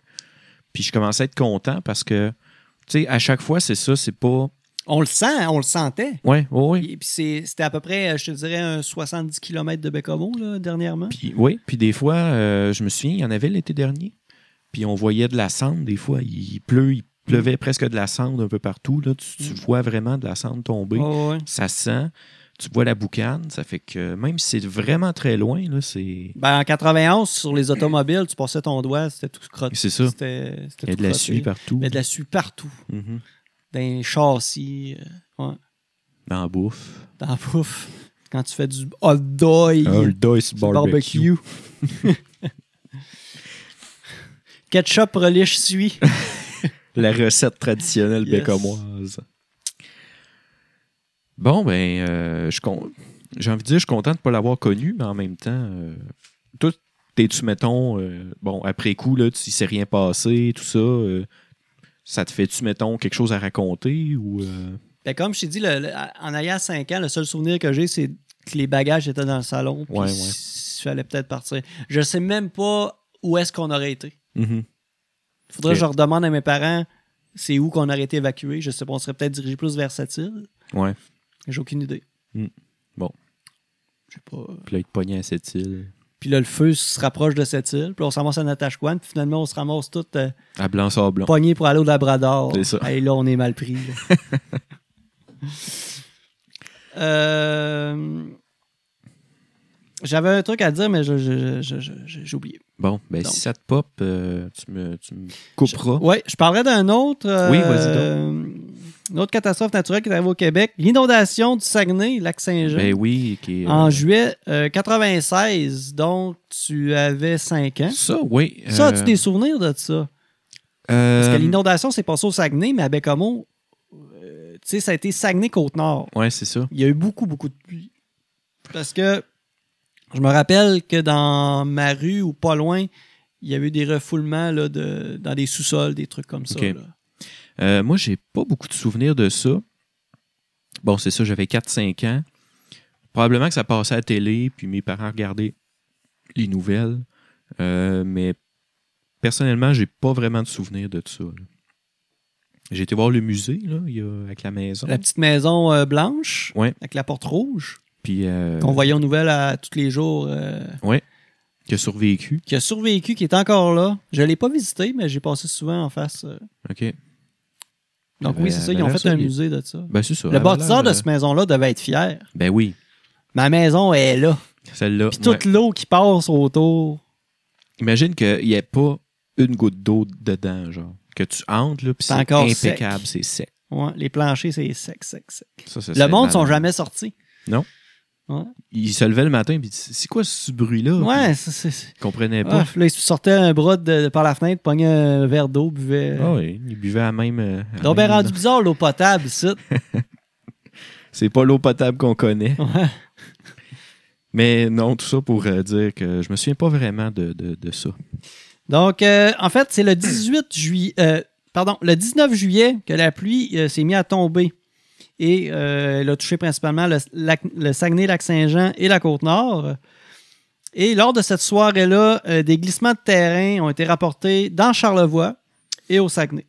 Puis je commençais à être content parce que, tu sais, à chaque fois, c'est ça, c'est pas. On le sent, hein, on le sentait. Ouais, ouais, ouais. Et puis hein? c'est- c'était à peu près, euh, je te dirais, un 70 km de Bécamo, là, dernièrement. Puis, oui, puis des fois, euh, je me souviens, il y en avait l'été dernier. Puis on voyait de la cendre, des fois. Il pleut, il pleuvait Mm. presque de la cendre un peu partout. Là. Tu, tu vois vraiment de la cendre tomber. Ouais, ouais. Ça sent. Tu vois la boucane. Ça fait que même si c'est vraiment très loin, là, c'est. Ben, en 91, sur les automobiles, tu passais ton doigt, c'était tout crotté. C'est ça. C'était Il y a de la suie partout. partout. Il y a de la suie partout. Mhm. Dans les châssis, euh, Dans la bouffe. dans la bouffe. Quand tu fais du hot dog, Ah, le du dice barbecue. Ketchup, relish, suie. La recette traditionnelle Yes. bécamoise. Bon, ben, euh, je con- j'ai envie de dire, je suis content de ne pas l'avoir connu, mais en même temps, euh, toi, t'es-tu, mettons, euh, bon, après coup, là, tu- il s'est rien passé, tout ça, euh, ça te fait-tu, mettons, quelque chose à raconter ou. euh, Ben, comme je t'ai dit, le- le- en ayant 5 ans, le seul souvenir que j'ai, c'est que les bagages étaient dans le salon. Puis Ouais, ouais. s- fallait peut-être partir. Je sais même pas où est-ce qu'on aurait été. mhm. Faudrait que je Ok. redemande à mes parents c'est où qu'on aurait été évacué. Je sais pas, on serait peut-être dirigé plus vers cette île. Ouais. J'ai aucune idée. Hmm. Bon. Je sais pas. Puis là, il te pognait à cette île. Puis là, le feu se rapproche de cette île. Puis là, on se ramasse à Natashquan. Puis finalement, on se ramasse tout euh, À Blanc-Sablon. pognés pour aller au Labrador. C'est ça. Et là, on est mal pris. là. Euh, J'avais un truc à dire, mais je- je- je- je- je- j'ai oublié. Bon, ben, Donc. si ça te pop, euh, tu, me, tu me couperas. Oui, je parlerai d'un autre. euh, Oh. Oui, vas-y donc. euh, Une autre catastrophe naturelle qui est arrivée au Québec. L'inondation du Saguenay, lac Saint-Jean. Ben oui, qui est, euh, En juillet euh, 96, donc tu avais 5 ans. Ça, oui. Ça, as-tu euh, des souvenirs de ça? euh, Parce que l'inondation s'est passée au Saguenay, mais à Bécamo, euh, tu sais, ça a été Saguenay-Côte-Nord. Ouais, c'est ça. Il y a eu beaucoup, beaucoup de pluie. Parce que je me rappelle que dans ma rue ou pas loin, il y avait eu des refoulements là, de, dans des sous-sols, des trucs comme ça. Ok. là. Euh, moi, j'ai pas beaucoup de souvenirs de ça. Bon, c'est ça, j'avais 4-5 ans. Probablement que ça passait à la télé, puis mes parents regardaient les nouvelles. Euh, mais personnellement, j'ai pas vraiment de souvenirs de ça. là. J'ai été voir le musée, là, il y a- avec la maison. La petite maison euh, blanche, Ouais. avec la porte rouge, Puis, euh, qu'on voyait aux nouvelles à, tous les jours. euh, qui a survécu. qui a survécu, qui est encore là. Je l'ai pas visité, mais j'ai passé souvent en face. euh. OK. Donc Ben, oui, c'est ça, ils ben ont là, fait ça, un il- musée de ça. Ben, c'est ça. Le Elle avait bâtisseur l'air, de euh, cette maison-là devait être fier. Ben oui, Ma maison est là. celle-là. Puis ouais. toute l'eau qui passe autour. Imagine qu'il n'y ait pas une goutte d'eau dedans, genre. Que tu entres, là, puis C'est c'est encore impeccable, c'est sec. Ouais, les planchers, c'est sec, sec, sec. Ça, ça Le serait monde ne sont malade. jamais sortis. Il se levait le matin, puis il dit, c'est quoi ce bruit-là? Ouais, c'est- c'est. c'est- Il comprenait Ah, pas. là, ils sortaient un bras de, de par la fenêtre, pognaient un verre d'eau, buvaient. Ah oui, il buvait à même. euh, à Donc, ben même- rendu bizarre l'eau potable ici. C'est pas l'eau potable qu'on connaît. Ouais. Mais non, tout ça pour euh, dire que je me souviens pas vraiment de, de- de ça. Donc, euh, en fait, c'est le 18 juillet, euh, pardon, le 19 juillet que la pluie euh, s'est mise à tomber. Et euh, elle a touché principalement le, lac- le Saguenay-Lac-Saint-Jean et la Côte-Nord. Et lors de cette soirée-là, euh, des glissements de terrain ont été rapportés dans Charlevoix et au Saguenay.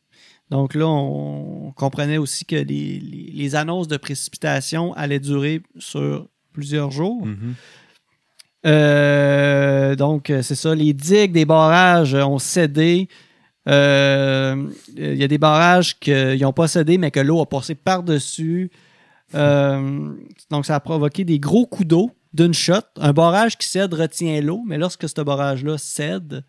Donc là, on comprenait aussi que les, les- les annonces de précipitation allaient durer sur plusieurs jours. Euh, donc, euh, c'est ça. Les digues des barrages euh, ont cédé. Euh, euh, Il y a des barrages qui n'ont pas cédé, mais que l'eau a passé par-dessus. Euh, donc, ça a provoqué des gros coups d'eau d'une shot. Un barrage qui cède retient l'eau, mais lorsque ce barrage-là cède,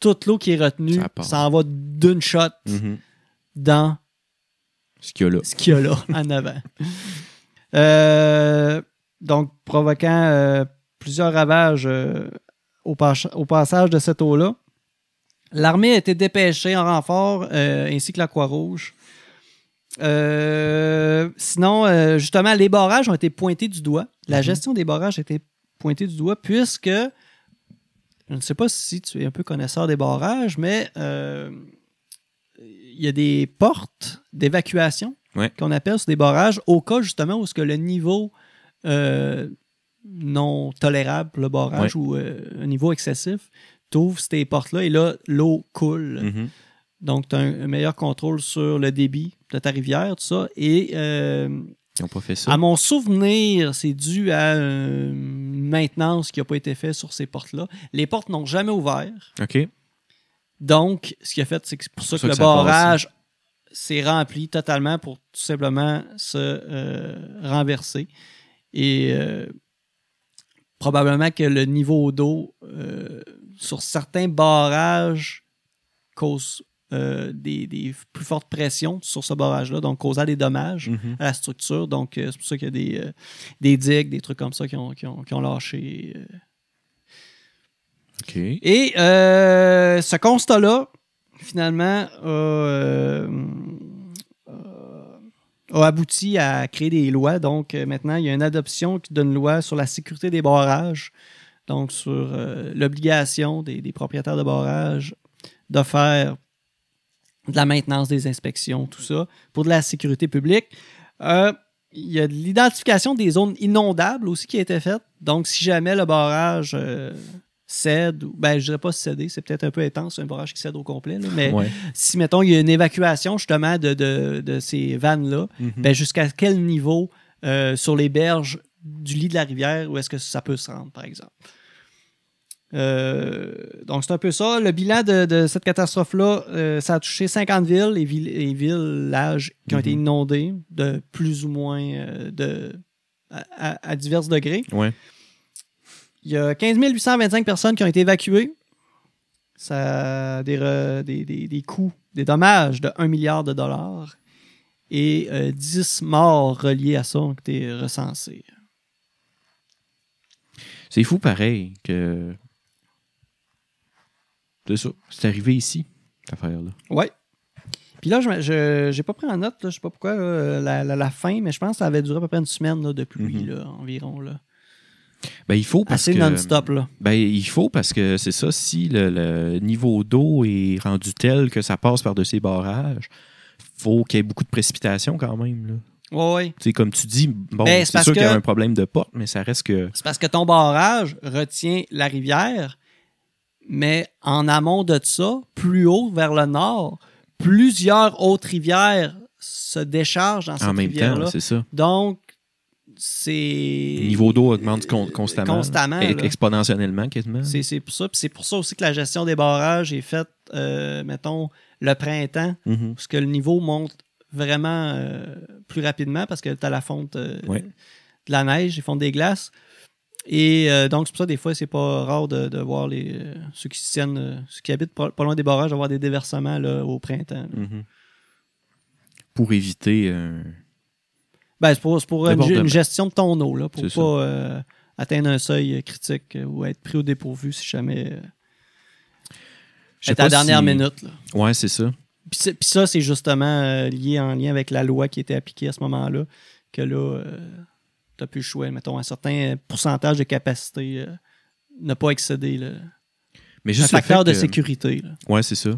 toute l'eau qui est retenue Ça part. s'en va d'une shot Mhm. dans Ce qu'il y a là. ce qu'il y a là en avant. Euh, donc, provoquant euh, plusieurs ravages euh, au, pas- au passage de cette eau-là. L'armée a été dépêchée en renfort, euh, ainsi que la Croix-Rouge. Euh, sinon, euh, justement, les barrages ont été pointés du doigt. La Mhm. gestion des barrages a été pointée du doigt, puisque, je ne sais pas si tu es un peu connaisseur des barrages, mais euh, il y a des portes d'évacuation Ouais. qu'on appelle sur des barrages au cas justement où ce que le niveau euh, non tolérable pour le barrage ou euh, un niveau excessif, t'ouvres ces portes-là et là, l'eau coule. Mhm. Donc, tu as un, un meilleur contrôle sur le débit de ta rivière, tout ça. Et euh, Ils n'ont pas fait ça. à mon souvenir, c'est dû à euh, une maintenance qui n'a pas été faite sur ces portes-là. Les portes n'ont jamais ouvert. OK. Donc, ce qu'il a fait, c'est que c'est pour ça que, C'est pour le ça que ça barrage s'est rempli totalement pour tout simplement se euh, renverser. Et euh, probablement que le niveau d'eau euh, sur certains barrages cause euh, des, des plus fortes pressions sur ce barrage-là, donc causant des dommages Mhm. à la structure. Donc, euh, c'est pour ça qu'il y a des, euh, des digues, des trucs comme ça qui ont, qui ont, qui ont lâché. euh, OK. et euh, ce constat-là, finalement, a, euh, euh, a abouti à créer des lois. Donc, euh, maintenant, il y a une adoption qui donne loi sur la sécurité des barrages, donc sur euh, l'obligation des, des propriétaires de barrages de faire de la maintenance des inspections, tout ça, pour de la sécurité publique. Euh, il y a de l'identification des zones inondables aussi qui a été faite. Donc, si jamais le barrage euh, cède, ou, ben, je dirais pas céder, c'est peut-être un peu intense, un barrage qui cède au complet, là, mais Ouais. si, mettons, il y a une évacuation justement de, de- de ces vannes-là, Mhm. ben, jusqu'à quel niveau euh, sur les berges du lit de la rivière où est-ce que ça peut se rendre, par exemple. Euh, donc, c'est un peu ça. Le bilan de, de cette catastrophe-là, euh, ça a touché 50 villes et, vill- et villages qui ont été Mhm. inondés de plus ou moins euh, de, à, à- à divers degrés. Ouais. Il y a 15 825 personnes qui ont été évacuées. Ça a des, re- des, des- des coûts, des dommages de 1 milliard de dollars. Et euh, 10 morts reliés à ça ont été recensés. C'est fou pareil que. C'est ça. C'est arrivé ici, cette affaire-là. Ouais. Puis là, je n'ai pas pris en note, là, je sais pas pourquoi, là, la, la- la fin, mais je pense que ça avait duré à peu près une semaine là, de pluie Mhm. là, environ. Là. Ben, il faut parce Assez que. non-stop. là. Ben, il faut parce que c'est ça, si le, le niveau d'eau est rendu tel que ça passe par de ces barrages, faut qu'il y ait beaucoup de précipitations quand même. là. Ouais, ouais. Tu sais, comme tu dis, bon, Ben, c'est c'est parce sûr qu'il y a que- un problème de porte, mais ça reste que. C'est parce que ton barrage retient la rivière, mais en amont de ça, plus haut vers le nord, plusieurs autres rivières se déchargent dans cette en même temps, rivière-là. c'est ça. Donc, c'est. Le niveau d'eau augmente con- constamment. Constamment, e- là. exponentiellement, quasiment. C'est c'est pour ça. Puis c'est pour ça aussi que la gestion des barrages est faite, euh, mettons, le printemps, Mhm. parce que le niveau monte vraiment euh, plus rapidement parce que tu as la fonte euh, Ouais. de la neige, ils font des glaces. Et euh, donc, c'est pour ça, des fois, c'est pas rare de, de voir les, euh, ceux qui se tiennent, euh, ceux qui habitent pas, pas loin des barrages, avoir des déversements là, au printemps. là. Mhm. Pour éviter. euh, Ben, c'est pour, c'est pour une, Débordement. une gestion de ton eau, là, pour C'est ça. pas euh, atteindre un seuil euh, critique euh, ou être pris au dépourvu si jamais euh, je sais être à pas la dernière si- minute. là. Ouais, c'est ça. Puis, c'est- puis ça, c'est justement euh, lié en lien avec la loi qui était appliquée à ce moment-là, que là, tu n'as plus le choix. Mettons, un certain euh, pourcentage de capacité euh, ne pas excéder le, Mais un juste le facteur fait de que- sécurité. là. Ouais, c'est ça.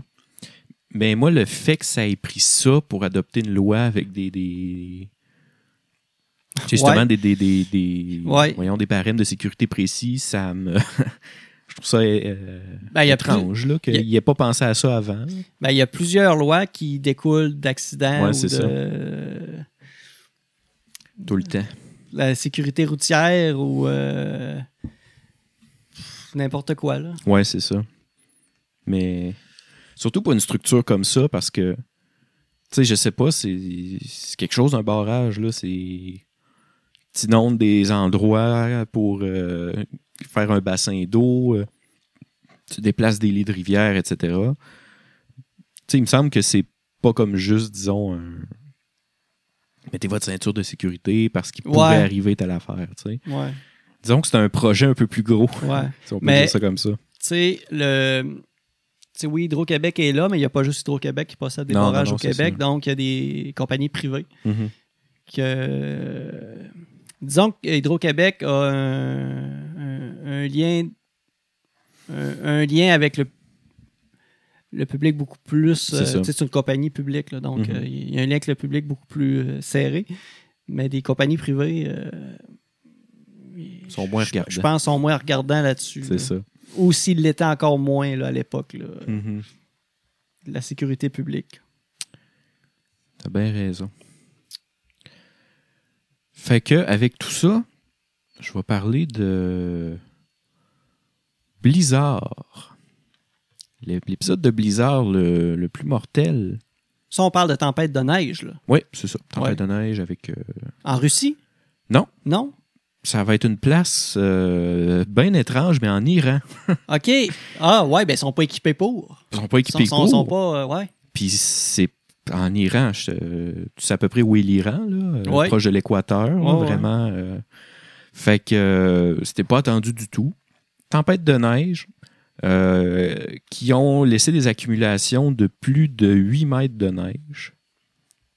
Mais Ben, moi, le fait que ça ait pris ça pour adopter une loi avec des. des... tu sais, Justement, Ouais. des, des, des, des- Ouais. voyons, des barèmes de sécurité précis, ça me. je trouve ça euh, Ben, il y a étrange, là, il y a- qu'il n'ait pas pensé à ça avant. Ben, il y a plusieurs lois qui découlent d'accidents Ouais, ou c'est de ça. Tout le temps. la sécurité routière ou euh, n'importe quoi. Là. Ouais, c'est ça. Mais surtout pour une structure comme ça, parce que, tu sais, je sais pas, c'est c'est quelque chose, un barrage, là, c'est. T'inondes des endroits pour euh, faire un bassin d'eau, euh, tu déplaces des lits de rivière, etc. Tu sais, il me semble que c'est pas comme juste, disons, un- Mettez votre ceinture de sécurité parce qu'il pourrait Ouais. arriver telle affaire, tu sais. Ouais, Disons que c'est un projet un peu plus gros, ouais. si on peut Mais- dire ça comme ça. tu sais, le. tu sais, oui, Hydro-Québec est là, mais il n'y a pas juste Hydro-Québec qui possède des Non, non, barrages non, au c'est Québec. Donc, il y a des compagnies privées Mhm. que. Disons que Hydro-Québec a un, un- un lien. Un, un lien avec le, le public beaucoup plus. C'est euh, ça. tu sais, c'est une compagnie publique, là, donc Mhm. euh, il y a un lien avec le public beaucoup plus euh, serré. Mais des compagnies privées. euh, sont moins je- Je regardants. pense sont moins regardants là-dessus. C'est là. ça. Mm-hmm. Ou s'ils l'étaient encore moins là, à l'époque. là. la sécurité publique. T'as bien raison. Fait que, avec tout ça, je vais parler de Blizzard. L'ép- L'épisode de Blizzard le, le plus mortel. Ça, on parle de tempête de neige, là. Oui, c'est ça. Tempête de neige avec. euh, En Russie? Non. Non? ça va être une place euh, bien étrange, mais en Iran. OK. Ah, ouais, ben, ils sont pas équipés pour. Ils sont pas Ils sont, équipés sont- sont pour. pas. euh, ouais. Puis c'est en Iran, je- euh, tu sais à peu près où est l'Iran, là, euh, Ouais. proche de l'équateur, là, Ouais, ouais. vraiment. euh, fait que euh, c'était pas attendu du tout. Tempête de neige euh, qui ont laissé des accumulations de plus de 8 mètres de neige.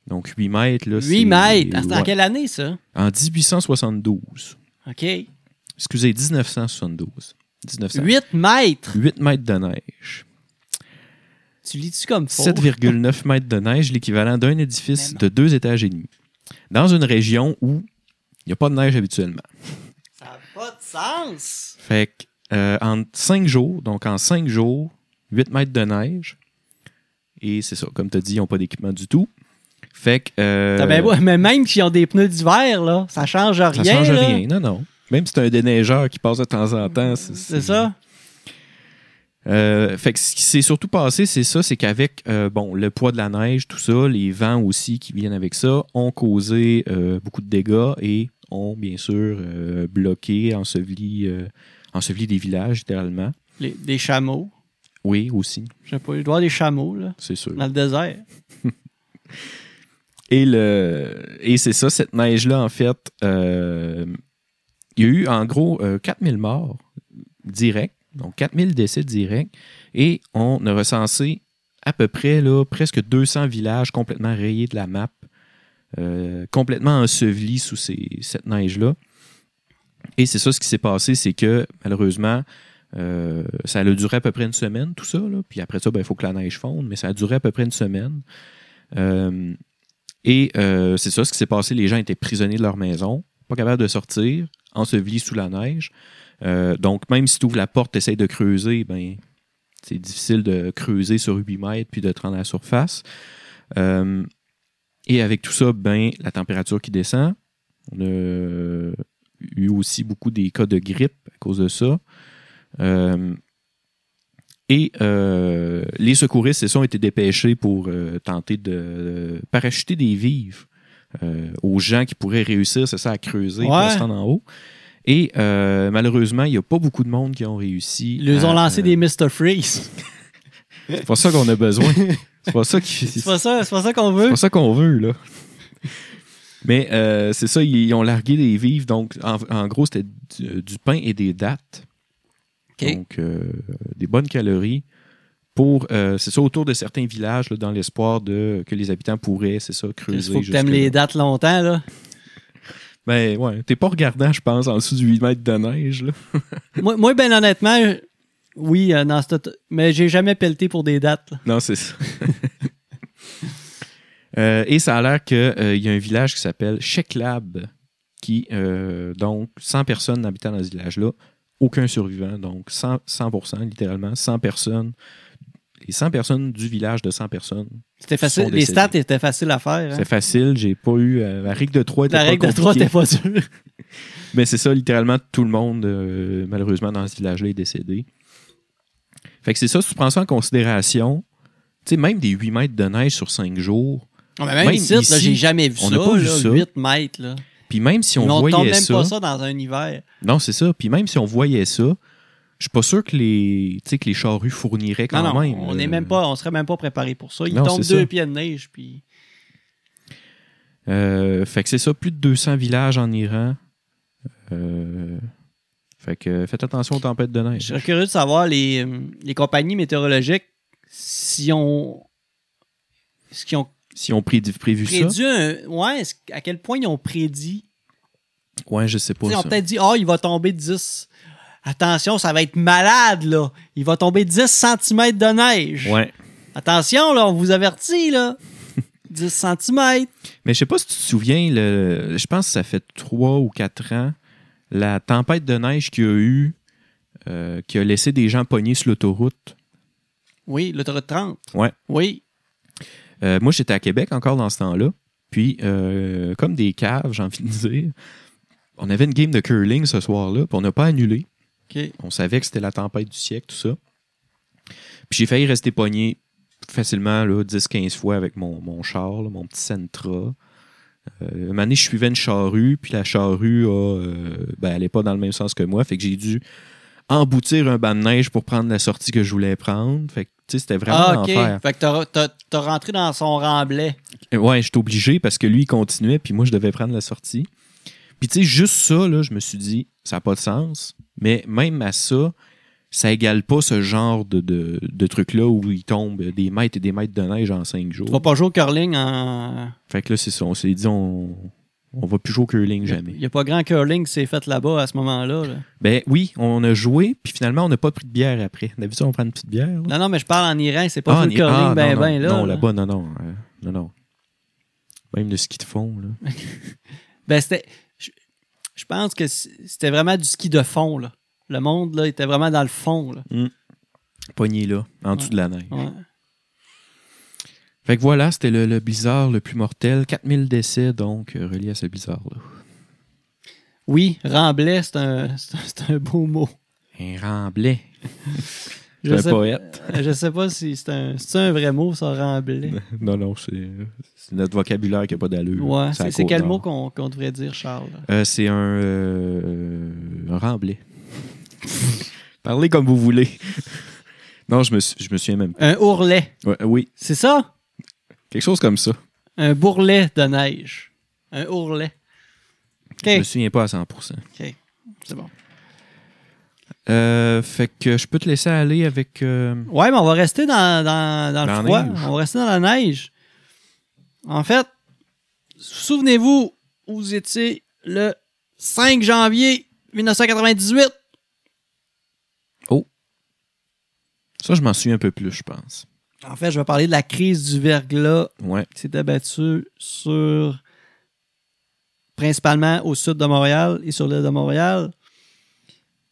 Donc 8 mètres, 8 là, c'est- mètres. Ah, C'était en ouais. quelle année, ça? En 1872. OK. 8 Excusez, 1972. 1900. mètres. 8 mètres de neige. Tu lis-tu comme Oh. faux? 7,9 mètres de neige, l'équivalent d'un édifice Mais non. de deux étages et demi. Dans une région où il n'y a pas de neige habituellement. Ça n'a pas de sens. Fait que, euh, en cinq jours, donc en cinq jours, 8 mètres de neige. Et c'est ça, comme tu as dit, ils n'ont pas d'équipement du tout. Fait que. euh, T'as bien beau- mais même s'ils ont des pneus d'hiver, là, ça change rien. ça change là. rien. Non, non. Même si c'est un déneigeur qui passe de temps en temps, c'est- C'est ça? Euh, fait que ce qui s'est surtout passé, c'est ça, c'est qu'avec euh, bon, le poids de la neige, tout ça, les vents aussi qui viennent avec ça, ont causé euh, beaucoup de dégâts et ont bien sûr euh, bloqué, enseveli, euh, enseveli des villages littéralement. Les- des chameaux. Oui, aussi, Je sais pas, il doit y avoir des chameaux, là, c'est sûr. dans le désert. Et, le, et c'est ça, cette neige-là, en fait, euh, il y a eu en gros euh, 4000 morts directs, donc 4000 décès directs, et on a recensé à peu près là, presque 200 villages complètement rayés de la map, euh, complètement ensevelis sous ces- cette neige-là. Et c'est ça ce qui s'est passé, c'est que malheureusement, euh, ça a duré à peu près une semaine, tout ça, là. puis après ça, ben, il faut que la neige fonde, mais ça a duré à peu près une semaine. Euh, et euh, c'est ça ce qui s'est passé. Les gens étaient prisonniers de leur maison, pas capables de sortir, ensevelis sous la neige. Euh, donc, même si tu ouvres la porte, tu essaies de creuser, ben, c'est difficile de creuser sur 8 mètres puis de te rendre à la surface. Euh, et avec tout ça, ben, la température qui descend. On a eu aussi beaucoup des cas de grippe à cause de ça. Euh, et euh, les secouristes, c'est ça, ont été dépêchés pour euh, tenter de euh, parachuter des vivres euh, aux gens qui pourraient réussir, c'est ça, à creuser pour Ouais. se rendre en haut. Et euh, malheureusement, il n'y a pas beaucoup de monde qui ont réussi. Ils leur ont à, lancé euh, des Mr. Freeze. C'est pas ça qu'on a besoin. c'est pas ça qui- C'est pas ça, c'est pas ça qu'on veut. c'est pas ça qu'on veut, là. Mais euh, c'est ça, ils ont largué des vivres. Donc, en, en gros, c'était du, du pain et des dattes. OK. Donc, euh, des bonnes calories. Pour, euh, c'est ça, autour de certains villages, là, dans l'espoir de que les habitants pourraient, c'est ça, Il creuser. faut que t'aimes jusque-là. les dates longtemps, là. Ben ouais, t'es pas regardant, je pense, en dessous du 8 mètres de neige. Là. moi, moi, ben honnêtement, je- oui, euh, dans cette... mais j'ai jamais pelleté pour des dates. là. Non, c'est ça. Euh, et ça a l'air qu'il y a un village qui s'appelle Sheklab, qui, euh, donc, 100 personnes habitant dans ce village-là, aucun survivant, donc 100%, 100%, littéralement, 100 personnes. Les 100 personnes du village de 100 personnes. C'était facile. sont Les décédés. stats étaient faciles à faire. hein. C'est facile, j'ai pas eu. euh, la règle de 3 était La pas règle de 3 compliquée. t'es pas sûr. Mais c'est ça, littéralement, tout le monde, euh, malheureusement, dans ce village-là est décédé. Fait que c'est ça, si tu prends ça en considération, tu sais, même des 8 mètres de neige sur 5 jours, même Même ici, là, ici, j'ai jamais vu on ça, n'a pas vu là, ça. 8 mètres. Là. puis même si on Mais on voyait tombe même ça, pas ça dans un hiver. Non, c'est ça. Puis même si on voyait ça, je suis pas sûr que les, tu sais, que les charrues fourniraient quand non, non, même. on euh, n'est même pas, on serait même pas préparé pour ça. Il Non, tombe c'est deux ça. pieds de neige, puis Euh, fait que c'est ça, plus de 200 villages en Iran. Euh, fait que euh, faites attention aux tempêtes de je neige. serais curieux de savoir les, euh, les compagnies météorologiques si on, ce qu'ils ont Si on prédit, prévu ça, prédit, un- ouais, est-ce- à quel point ils ont prédit ouais, je sais pas T'sais, ça. on peut-être dit, oh, il va tomber 10. Attention, ça va être malade, là. Il va tomber 10 cm de neige. Ouais. Attention, là, on vous avertit, là. 10 cm. Mais je sais pas si tu te souviens, le, je pense que ça fait 3 ou 4 ans, la tempête de neige qu'il y a eu, euh, qui a laissé des gens pognés sur l'autoroute. Oui, l'autoroute 30. Ouais. Oui. Euh, moi, j'étais à Québec encore dans ce temps-là. Puis, euh, comme des caves, j'ai envie de dire, on avait une game de curling ce soir-là, puis on n'a pas annulé. OK. On savait que c'était la tempête du siècle, tout ça. Puis j'ai failli rester pogné facilement là, 10-15 fois avec mon, mon char, là, mon petit Sentra. Euh, une année, je suivais une charrue, puis la charrue, a, euh, ben, elle n'est pas dans le même sens que moi. Fait que j'ai dû emboutir un banc de neige pour prendre la sortie que je voulais prendre. Fait que, tu sais, c'était vraiment Ah, OK. l'enfer. Fait que t'as- t'as t'as rentré dans son remblai. Euh, Ouais, j'étais obligé parce que lui, il continuait, puis moi, je devais prendre la sortie. Puis, tu sais, juste ça, là, je me suis dit, ça n'a pas de sens. Mais même à ça, ça égale pas ce genre de, de, de truc-là où il tombe des mètres et des mètres de neige en cinq jours. Tu vas pas jouer au curling en. Fait que là, c'est ça. On s'est dit, on, on va plus jouer au curling Il jamais. n'y a pas grand curling qui s'est fait là-bas à ce moment-là. là. Ben oui, on a joué, puis finalement, on n'a pas pris de bière après. D'habitude, on prend une petite bière. Non, là. non, mais je parle en Iran, c'est pas Ah, tout le on est- ah, curling non, ben non, ben là. Non, là. là-bas, non, non. euh, non, non. Même le ski de fond, là. Ben, c'était. Je je pense que c- c'était vraiment du ski de fond, là. Le monde, là, était vraiment dans le fond, là. Pogné là, en dessous de la neige. Ouais. Fait que voilà, c'était le, le blizzard le plus mortel. 4000 décès, donc, euh, reliés à ce blizzard-là. Oui, remblai, c'est un, c'est un- c'est un beau mot. Un remblai. Je C'est sais, un poète. je sais pas si c'est un, c'est un vrai mot, ça, remblai. Non, non, c'est c'est notre vocabulaire qui n'a pas d'allure. Ouais, C'est à c'est c'est Côte-Nord. quel mot qu'on qu'on devrait dire, Charles? là? Euh, c'est un, euh, un remblai. Parlez comme vous voulez. non, je me, sou- je me souviens même. Un ourlet, Ouais, oui, c'est ça? quelque chose comme ça. Un bourrelet de neige. Un ourlet. OK, Je me souviens pas à 100%. c'est bon. Euh, fait que je peux te laisser aller avec... euh, Ouais, mais on va rester dans, dans- dans le Dans la froid. neige. On va rester dans la neige. En fait, souvenez-vous où vous étiez le 5 janvier 1998. Ça, je m'en souviens un peu plus, je pense. En fait, je vais parler de la crise du verglas Ouais. qui s'est abattue sur principalement au sud de Montréal et sur l'île de Montréal.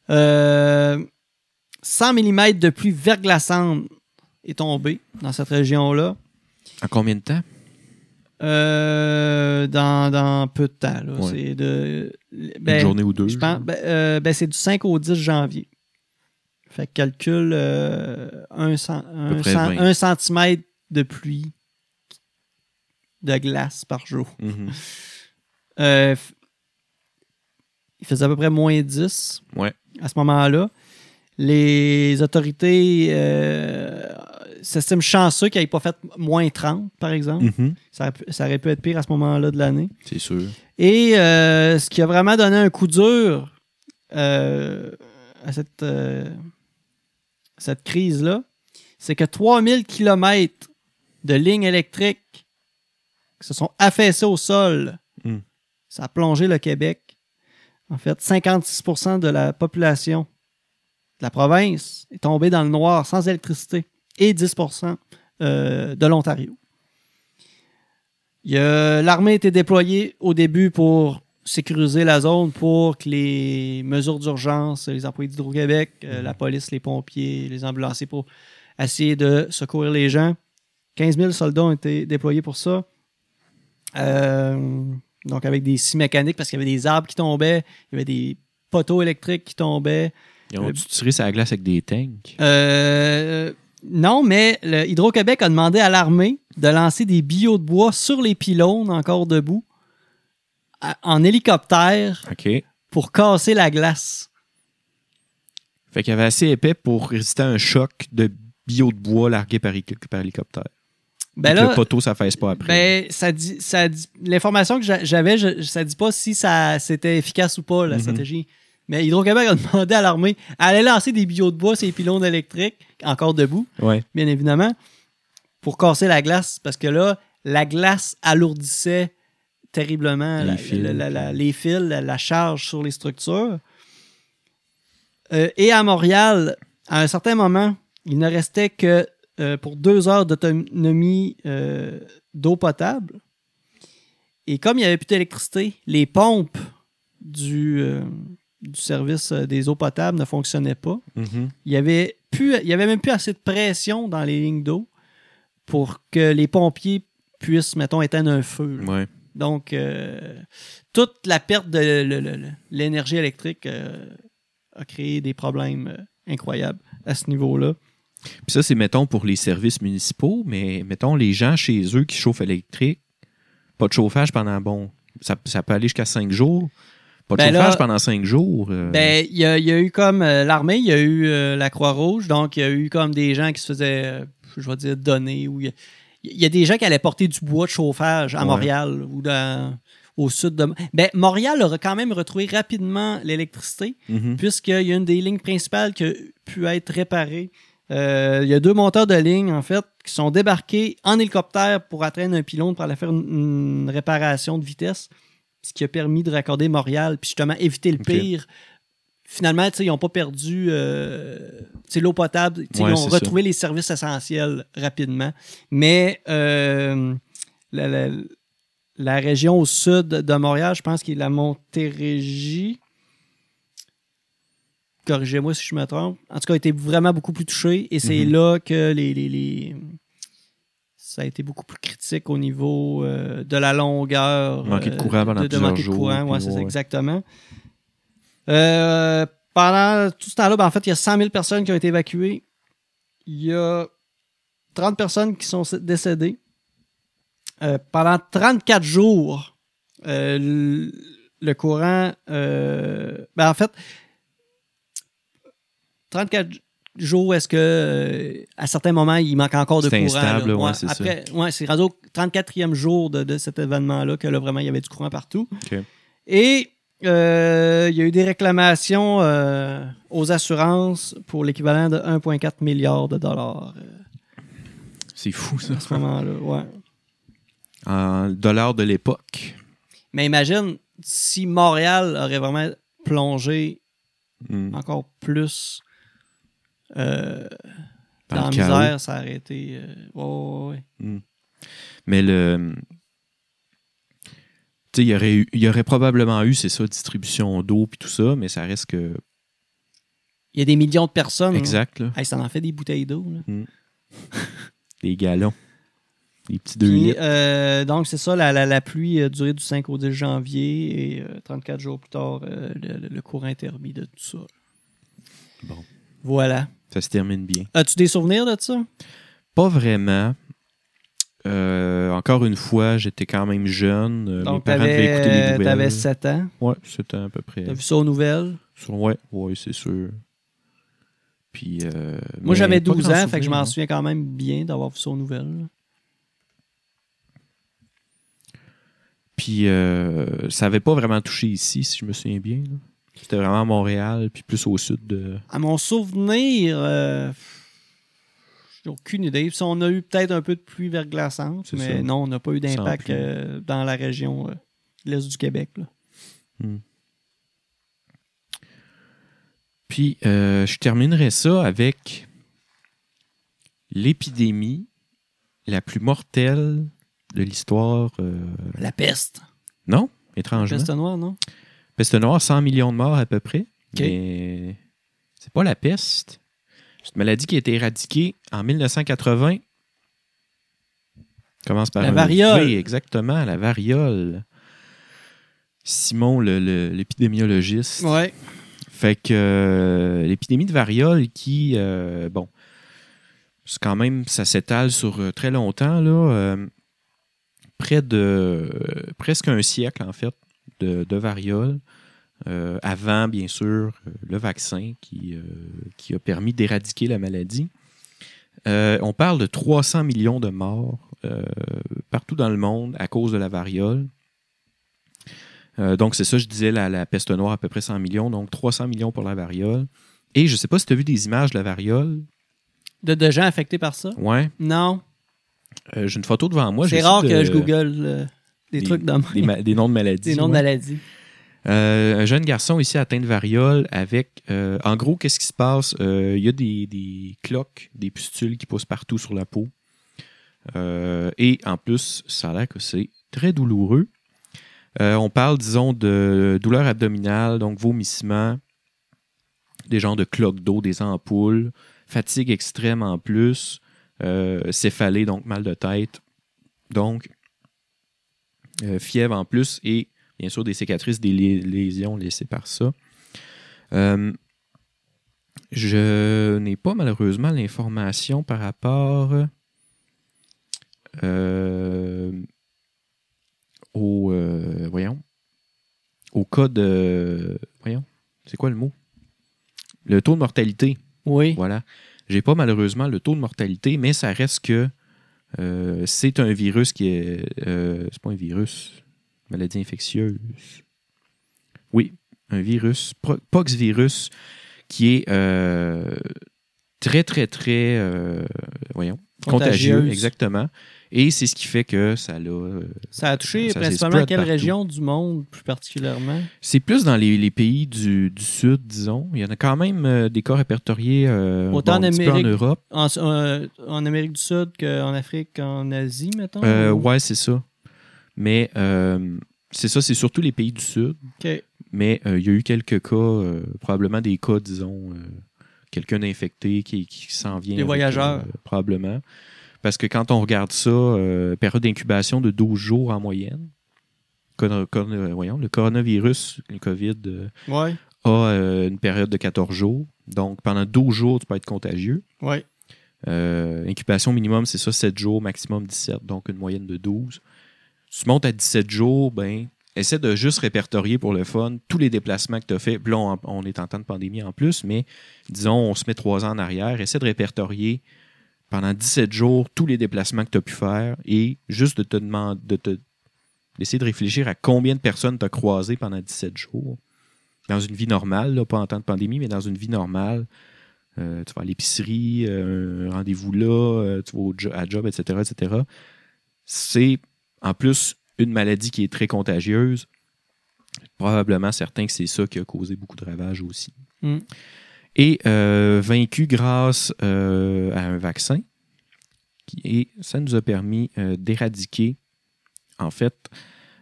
Euh, 100 mm de pluie verglaçante est tombée dans cette région-là. En combien de temps? Euh, dans, dans peu de temps. là. Ouais. C'est de. Une ben, journée ou deux? Je pense. Ben, euh, ben, c'est du 5 au 10 janvier. Fait que calcule euh, un, cent- un peu près cent- 20. un centimètre de pluie de glace par jour. Mhm. Euh, f- il faisait à peu près moins 10 Ouais. à ce moment-là. Les autorités euh, s'estiment chanceux qu'ils n'aient pas fait moins 30, par exemple. Mhm. Ça, aurait pu- ça aurait pu être pire à ce moment-là de l'année. C'est sûr. Et euh, ce qui a vraiment donné un coup dur euh, à cette, euh, cette crise-là, c'est que 3000 km de lignes électriques se sont affaissées au sol. Hmm. Ça a plongé le Québec. En fait, 56 de la population de la province est tombée dans le noir sans électricité et 10 euh, de l'Ontario. Il y a- L'armée était déployée au début pour sécuriser la zone pour que les mesures d'urgence, les employés d'Hydro-Québec, euh, la police, les pompiers, les ambulanciers pour essayer de secourir les gens. 15 000 soldats ont été déployés pour ça. Euh, donc avec des scies mécaniques parce qu'il y avait des arbres qui tombaient, il y avait des poteaux électriques qui tombaient. Ils ont dû tirer sa glace avec des tanks. Euh, non, mais le Hydro-Québec a demandé à l'armée de lancer des billots de bois sur les pylônes encore debout à- en hélicoptère OK. Fait pour casser la glace. qu'il y avait assez épais pour résister à un choc de bio de bois largué par, hélic- par hélicoptère. Ben Et que là, le poteau, ça fesse pas après. ben, ça dit, ça dit- l'information que j'a- j'avais, je- ça dit pas si ça c'était efficace ou pas la Mhm. stratégie. Mais Hydro-Québec a demandé à l'armée d'aller lancer des billots de bois sur les pylônes électriques encore debout. ouais. bien évidemment, pour casser la glace, parce que là, la glace alourdissait terriblement Les la- fils. la- la- la- les fils, la, la charge sur les structures. Euh, et à Montréal, à un certain moment, il ne restait que euh, pour deux heures d'autonomie euh, d'eau potable. Et comme il n'y avait plus d'électricité, les pompes du, euh, du service euh, des eaux potables ne fonctionnaient pas Mhm. il y avait plus, il y avait même plus assez de pression dans les lignes d'eau pour que les pompiers puissent, mettons, éteindre un feu. là. Ouais. Donc, euh, toute la perte de le- le- le- l'énergie électrique euh, a créé des problèmes euh, incroyables à ce niveau-là. Puis ça, c'est, mettons, pour les services municipaux, mais mettons, les gens chez eux qui chauffent électrique, pas de chauffage pendant, bon, ça, ça peut aller jusqu'à cinq jours. Pas de Ben là- chauffage pendant cinq jours. euh, Ben, il y a, il y a eu comme euh, l'armée, il y a eu euh, la Croix-Rouge, donc il y a eu comme des gens qui se faisaient, euh, je vais dire, donner. Ou il y a- il y, a des gens qui allaient porter du bois de chauffage à Ouais. Montréal ou dans- au sud de. Ben, Montréal a quand même retrouvé rapidement l'électricité. mhm. puisqu'il y a une des lignes principales qui a pu être réparée. Euh, il y a deux monteurs de ligne, en fait, qui sont débarqués en hélicoptère pour atteindre un pylône pour aller faire une, une réparation de vitesse, ce qui a permis de raccorder Montréal, puis justement éviter le Ok. pire. Finalement, tu sais, ils n'ont pas perdu euh, tu sais, l'eau potable. Tu sais, Ouais, ils ont c'est retrouvé les services essentiels rapidement. Mais euh, la, la- la région au sud de Montréal, je pense qu'il est la Montérégie corrigez-moi si je me trompe, en tout cas, a été vraiment beaucoup plus touché. Et c'est Mhm. là que les, les- les- ça a été beaucoup plus critique au niveau euh, de la longueur. Manquer de euh, courant pendant de, de plusieurs manquer de jours, courant, puis ouais, c'est ça, ouais. exactement. Euh, pendant tout ce temps-là, ben, en fait, il y a 100 000 personnes qui ont été évacuées. Il y a 30 personnes qui sont décédées. Euh, pendant 34 jours, euh, le, le courant. euh, ben, en fait, 34 jours, est-ce que euh, à certains moments, il manque encore de C'est courant? instable, là? ouais, c'est ça. après, ouais, c'est rendu au 34e jour de, de cet événement-là que là, vraiment, il y avait du courant partout. Ok. Et euh, il y a eu des réclamations euh, aux assurances pour l'équivalent de 1,4 milliard de dollars euh, C'est fou, ça. à ce moment-là. Ouais. En dollars de l'époque. Mais imagine si Montréal aurait vraiment plongé Mhm. encore plus euh, Dans dans la le chaos. misère, ça aurait été. euh, ouais, ouais, ouais. Mais le. Tu sais, il y aurait, eu- il y aurait probablement eu, c'est ça, distribution d'eau puis tout ça, mais ça reste que. Il y a des millions de personnes. hein. Exact, là. Hey, ça en fait des bouteilles d'eau. là. Des gallons. Des petits deux Puis, litres. euh, donc, c'est ça, la, la- la pluie a duré du 5 au 10 janvier et euh, 34 jours plus tard, euh, le, le- le courant est remis de tout ça. Bon. Voilà. Ça se termine bien. As-tu des souvenirs de Euh, ça? Pas vraiment. Euh, encore une fois, j'étais quand même jeune. Euh, Mes donc, parents devaient écouter les t'avais nouvelles. avais 7 ans. Ouais, c'était à peu près. T'as vu ça aux nouvelles? Sur- Ouais, ouais, c'est sûr. Puis. euh, Moi, mais j'avais pas 12 ans, grand fait que je souvenir, m'en non. souviens quand même bien d'avoir vu ça aux nouvelles. Puis euh, ça n'avait pas vraiment touché ici, si je me souviens bien. là. C'était vraiment à Montréal, puis plus au sud de. À mon souvenir, euh, j'ai aucune idée. Si on a eu peut-être un peu de pluie verglaçante, C'est mais ça. non, on n'a pas eu d'impact pluie. euh, dans la région euh, de l'Est du Québec. là. Puis euh, je terminerai ça avec l'épidémie la plus mortelle de l'histoire. euh, La peste. Non, La étrangement. peste noire, non? Peste noire, 100 millions de morts à peu près. Ok. Mais c'est pas la peste. C'est une maladie qui a été éradiquée en 1980. Commence par La un variole. V, exactement, la variole. Simon, le- le- l'épidémiologiste. Ouais. Fait que euh, l'épidémie de variole qui, euh, bon, c'est quand même, ça s'étale sur euh, très longtemps, là, euh, près de euh, presque un siècle, en fait, de, de variole, euh, avant, bien sûr, euh, le vaccin qui, euh, qui a permis d'éradiquer la maladie. Euh, on parle de 300 millions de morts euh, partout dans le monde à cause de la variole. Euh, donc, c'est ça, je disais, la, la peste noire, à peu près 100 millions, donc 300 millions pour la variole. Et je sais pas si tu as vu des images de la variole. De, de gens affectés par ça? Ouais, Non. Euh, j'ai une photo devant moi. C'est j'essaie rare de- que je google euh, des, des- trucs dans Des, ma- des noms de maladies. des noms de ouais. maladies. Euh, un jeune garçon ici atteint de variole avec. euh, en gros, qu'est-ce qui se passe Euh, Il y a des, des cloques, des pustules qui poussent partout sur la peau. Euh, et en plus, ça a l'air que c'est très douloureux. Euh, on parle, disons, de douleurs abdominales, donc vomissements, des genres de cloques d'eau, des ampoules, fatigue extrême en plus, euh, céphalée, donc mal de tête, donc euh, fièvre en plus et bien sûr des cicatrices, des lé- lésions laissées par ça. Euh, je n'ai pas malheureusement l'information par rapport euh, au euh, voyons au cas de voyons c'est quoi le mot le taux de mortalité Oui. voilà j'ai pas malheureusement le taux de mortalité mais ça reste que euh, c'est un virus qui est euh, c'est pas un virus maladie infectieuse oui un virus pro- poxvirus qui est euh, très très très euh, voyons contagieux, Contagieuse. exactement. Et c'est ce qui fait que ça l'a. euh, Ça a touché Ça s'est principalement spread quelle partout. région du monde, plus particulièrement? C'est plus dans les, les pays du, du Sud, disons. Il y en a quand même euh, des cas répertoriés euh, Autant bon, un en petit peu en Amérique. Europe. En, euh, en Amérique du Sud qu'en Afrique, qu'en Asie, mettons? Euh, ou- ouais, c'est ça. Mais euh, c'est ça, c'est surtout les pays du Sud. OK. Mais euh, il y a eu quelques cas, euh, probablement des cas, disons, euh, quelqu'un d'infecté qui, qui s'en vient. Des avec, voyageurs. euh, probablement. Parce que quand on regarde ça, euh, période d'incubation de 12 jours en moyenne. Corona- corona- voyons, le coronavirus, le COVID, euh, Ouais. a euh, une période de 14 jours. Donc, pendant 12 jours, tu peux être contagieux. Ouais. Euh, incubation minimum, c'est ça, 7 jours, maximum 17, donc une moyenne de 12. Tu montes à 17 jours, ben, essaie de juste répertorier pour le fun tous les déplacements que tu as fait. Puis là, on, on est en temps de pandémie en plus, mais disons, on se met 3 ans en arrière. Essaie de répertorier pendant 17 jours tous les déplacements que tu as pu faire et juste de te demander, de te, d'essayer de réfléchir à combien de personnes tu as croisé pendant 17 jours. Dans une vie normale, là, pas en temps de pandémie, mais dans une vie normale, euh, tu vas à l'épicerie, euh, un rendez-vous là, euh, tu vas au jo- à job, etc., etc. C'est en plus une maladie qui est très contagieuse. Probablement certain que c'est ça qui a causé beaucoup de ravages aussi. Mm. Et euh, vaincu grâce euh, à un vaccin, qui- et ça nous a permis euh, d'éradiquer, en fait,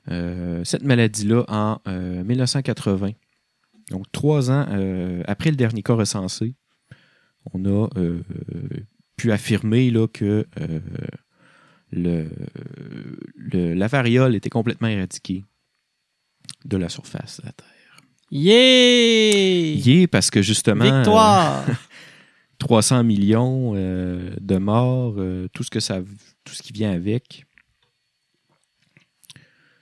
euh, cette maladie-là en euh, 1980. Donc, trois ans euh, après le dernier cas recensé, on a euh, euh, pu affirmer là, que euh, le, le- la variole était complètement éradiquée de la surface de la Terre. Yay! Yeah, parce que justement, euh, Victoire! 300 millions euh, de morts, euh, tout, ce que ça, tout ce qui vient avec,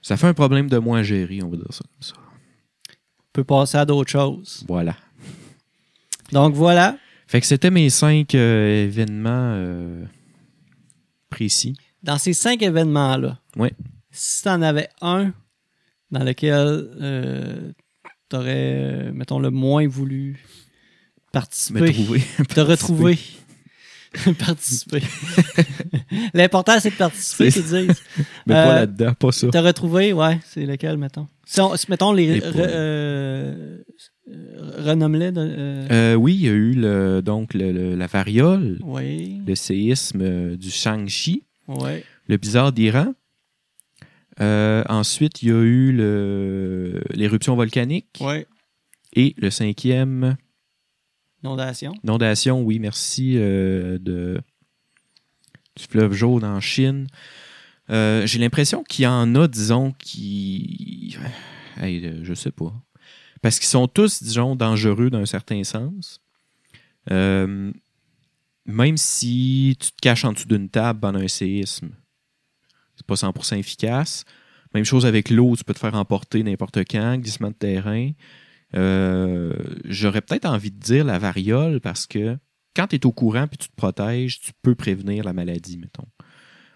ça fait un problème de moins géré, on va dire ça comme ça. On peut passer à d'autres choses. Voilà. Donc voilà. Fait que c'était mes cinq euh, événements euh, précis. Dans ces cinq événements-là, Ouais. si tu en avais un dans lequel tu aurais, mettons, le moins voulu Me participer, trouver. te retrouver, participer. L'important, c'est de participer, C'est qu'ils disent. Mais pas Euh, là-dedans, pas ça. Te retrouver, ouais, c'est lequel, mettons. Si, on- si, mettons, les. Les re- points. euh, euh, Renomme-les. de- euh, Euh, oui, il y a eu le, donc le- le- la variole, oui, le séisme euh, du Shang-Chi, oui. le bizarre d'Iran. Euh, ensuite, il y a eu le- l'éruption volcanique Oui. et le cinquième, Inondation. inondation, oui, merci, euh, de, du fleuve jaune en Chine. Euh, J'ai l'impression qu'il y en a, disons, qui... Hey, euh, je sais pas. Parce qu'ils sont tous, disons, dangereux d'un certain sens. Euh, même si tu te caches en dessous d'une table pendant un séisme, c'est pas 100% efficace. Même chose avec l'eau, tu peux te faire emporter n'importe quand, glissement de terrain. Euh, J'aurais peut-être envie de dire la variole parce que quand tu es au courant puis tu te protèges, tu peux prévenir la maladie, mettons.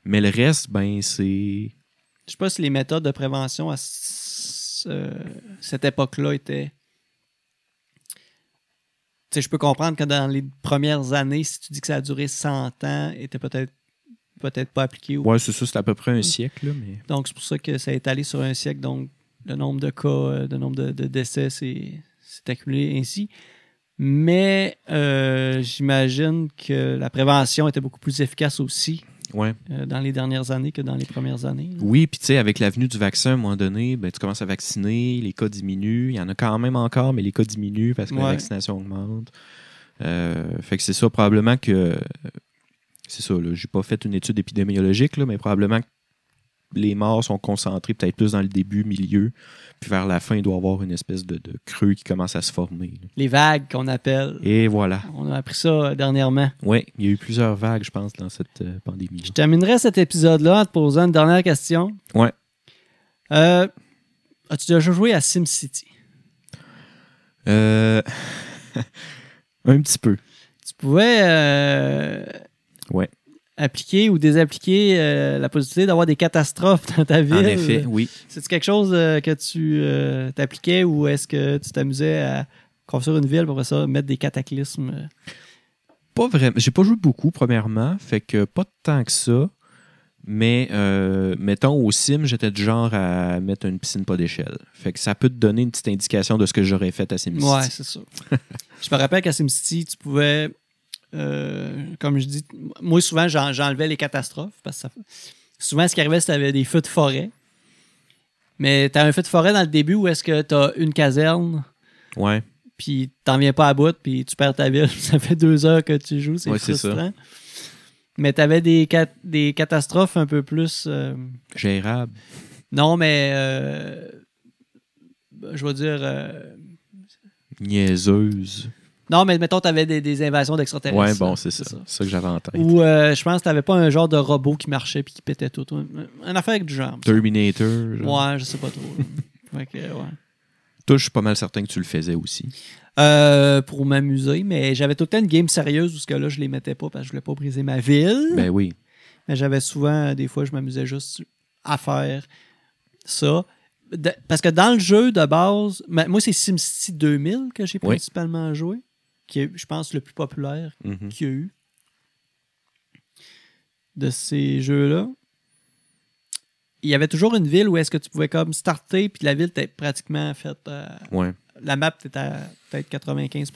Mais le reste, ben, c'est. Je sais pas si les méthodes de prévention à ce- euh, cette époque-là étaient. Tu sais, je peux comprendre que dans les premières années, si tu dis que ça a duré 100 ans, était peut-être peut-être pas appliqué. ou- Ouais, c'est ça, c'est à peu près un siècle, là, mais. Donc, c'est pour ça que ça est allé sur un siècle. Donc, le nombre de cas, euh, le nombre de, de décès s'est s'est accumulé ainsi. Mais euh, j'imagine que la prévention était beaucoup plus efficace aussi Ouais. euh, dans les dernières années que dans les premières années. là. Oui, puis tu sais, avec l'avenue du vaccin, à un moment donné, ben, tu commences à vacciner, les cas diminuent. Il y en a quand même encore, mais les cas diminuent parce que Ouais. la vaccination augmente. Euh, fait que c'est ça, probablement que. C'est ça, là, j'ai pas fait une étude épidémiologique, là, mais probablement que les morts sont concentrés peut-être plus dans le début, milieu, puis vers la fin, il doit y avoir une espèce de, de creux qui commence à se former. là. Les vagues qu'on appelle. Et voilà. On a appris ça euh, dernièrement. Oui, il y a eu plusieurs vagues, je pense, dans cette euh, pandémie. Je terminerai cet épisode-là en te posant une dernière question. Ouais. Euh, As-tu déjà joué à SimCity? Euh, un petit peu. Tu pouvais euh, Ouais. appliquer ou désappliquer euh, la possibilité d'avoir des catastrophes dans ta ville. En effet, oui. C'est quelque chose euh, que tu euh, t'appliquais ou est-ce que tu t'amusais à construire une ville pour ça mettre des cataclysmes euh? Pas vraiment. J'ai pas joué beaucoup, premièrement. Fait que pas tant que ça. Mais euh, mettons au sim, j'étais du genre à mettre une piscine pas d'échelle. Fait que ça peut te donner une petite indication de ce que j'aurais fait à SimCity. Ouais, c'est ça. je me rappelle qu'à SimCity, tu pouvais, euh, comme je dis, moi souvent j'en- j'enlevais les catastrophes parce que ça- souvent ce qui arrivait, c'était avec des feux de forêt. Mais tu as un feu de forêt dans le début où est-ce que tu as une caserne, Ouais. puis t'en viens pas à bout, puis tu perds ta ville. ça fait deux heures que tu joues, c'est Ouais, c'est ça. frustrant. Mais tu avais des, cat- des catastrophes un peu plus. euh, Gérable. non, mais euh, je veux dire. euh, Niaiseuse. non, mais mettons, t'avais des, des invasions d'extraterrestres. Ouais, bon, là, c'est ça. C'est ça que j'avais en tête. Ou euh, je pense que t'avais pas un genre de robot qui marchait puis qui pétait tout. Un, un affaire avec du genre. Terminator. genre. Ouais, je sais pas trop. Fait que, ouais. Toi, je suis pas mal certain que tu le faisais aussi. Euh, pour m'amuser, mais j'avais tout le temps une game sérieuse où ce que là, je les mettais pas parce que je voulais pas briser ma ville. Ben oui. Mais j'avais souvent, euh, des fois, je m'amusais juste à faire ça. De- parce que dans le jeu de base, ma- moi, c'est SimCity 2000 que j'ai Oui. principalement joué, qui est, je pense, le plus populaire Mhm. qu'il y a eu de ces jeux-là. Il y avait toujours une ville où est-ce que tu pouvais comme starter, puis la ville était pratiquement faite. à- Ouais. la map était à peut-être 95%.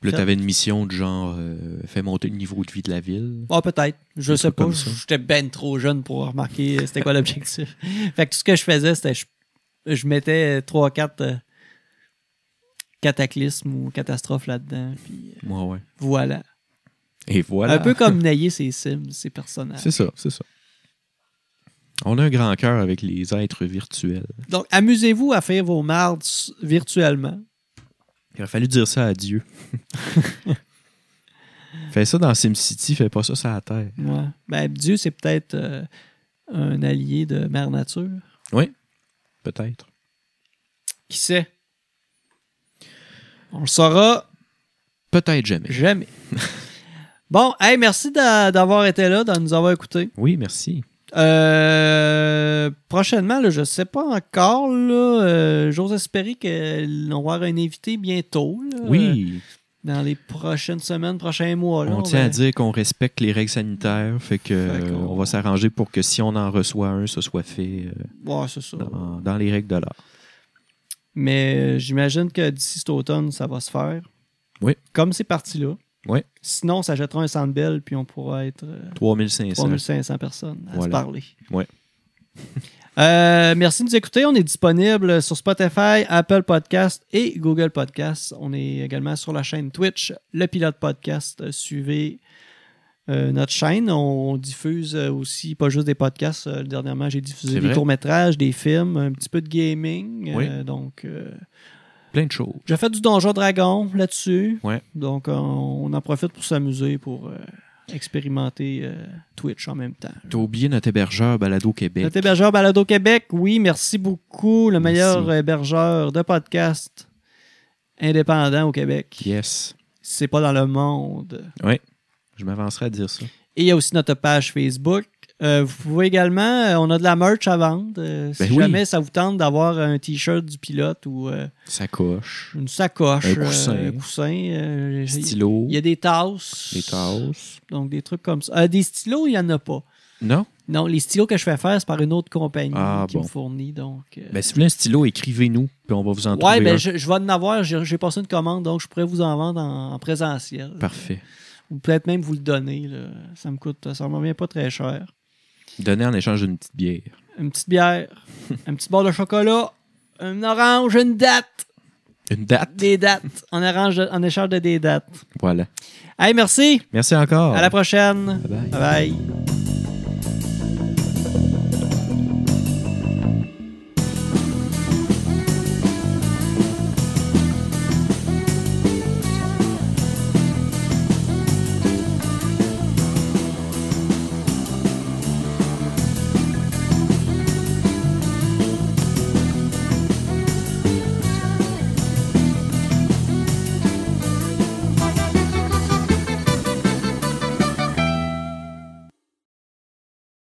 Puis Ça- là, t'avais une mission de genre, euh, fais monter le niveau de vie de la ville. Ah, peut-être. Je Un sais truc pas. comme ça. J'étais ben trop jeune pour remarquer euh, c'était quoi l'objectif. fait que tout ce que je faisais, c'était je, je mettais 3-4 cataclysmes ou catastrophes là-dedans. Puis euh, Ouais, ouais. voilà. Et voilà. Un peu comme Nayer ses Sims, ses personnages. C'est ça, c'est ça. On a un grand cœur avec les êtres virtuels. Donc, amusez-vous à faire vos mardes s- virtuellement. Il aurait fallu dire ça à Dieu. fais ça dans SimCity, fais pas ça sur la Terre. Ouais. Ben, Dieu, c'est peut-être euh, un allié de Mère Nature. Peut-être. Qui sait? On le saura Peut-être jamais. Jamais. bon, hey, merci d'a- d'avoir été là, de nous avoir écoutés. Oui, merci. Euh, prochainement, là, je ne sais pas encore. là, euh, J'ose espérer qu'on va avoir un invité bientôt. là, euh, Oui, dans les prochaines semaines, prochains mois. là, on tient va- à dire qu'on respecte les règles sanitaires, hein. fait que Fait euh, qu'on- on va s'arranger pour que si on en reçoit un, ce soit fait euh, Ouais, c'est ça. dans, dans les règles de l'art. Mais euh, j'imagine que d'ici cet automne, ça va se faire. Mm. Oui. Comme c'est parti là. Oui. Sinon, ça jettera un sandbell puis on pourra être. euh, 3500. 3500 personnes à se Voilà. parler. Ouais. Euh, merci de nous écouter. On est disponible sur Spotify, Apple Podcast et Google Podcast. On est également sur la chaîne Twitch, le Pilote Podcast. Suivez euh, notre chaîne. On diffuse euh, aussi pas juste des podcasts. Euh, dernièrement, j'ai diffusé C'est des vrai. courts-métrages, des films, un petit peu de gaming. Oui. Euh, donc, euh, Plein de choses. j'ai fait du Donjon Dragon là-dessus. Ouais. Donc, on, on en profite pour s'amuser, pour euh, expérimenter euh, Twitch en même temps. T'as oublié notre hébergeur Balado Québec. Notre hébergeur Balado Québec, oui, merci beaucoup. Le Merci. meilleur hébergeur de podcast indépendant au Québec. Yes. C'est pas dans le monde. Je m'avancerai à dire ça. Et il y a aussi notre page Facebook. Euh, vous pouvez également, euh, on a de la merch à vendre. Euh, si Ben oui. jamais ça vous tente d'avoir un t-shirt du pilote ou euh, Ça coche. une sacoche, Un coussin. euh, un coussin, euh, il Stylo. y a des tasses. Les tasses. Donc des trucs comme ça. Euh, des stylos, il n'y en a pas. Non? Non, les stylos que je fais faire, c'est par une autre compagnie Ah, qui bon. me fournit. Donc, euh, Ben, si vous voulez un stylo, écrivez-nous, puis on va vous en Ouais, trouver ben, un. je, je vais en avoir. J'ai j'ai passé une commande, donc je pourrais vous en vendre en, en présentiel. Parfait. Ou peut-être même vous le donner. là. Ça me coûte, ça me revient pas très cher. Donnez en échange d'une petite bière. Une petite bière, un petit bord de chocolat, une orange, une date. Une date. Des dates. En, arrange de- en échange de des dates. Voilà. Hey, merci. Merci encore. À la prochaine. Bye bye. bye. bye.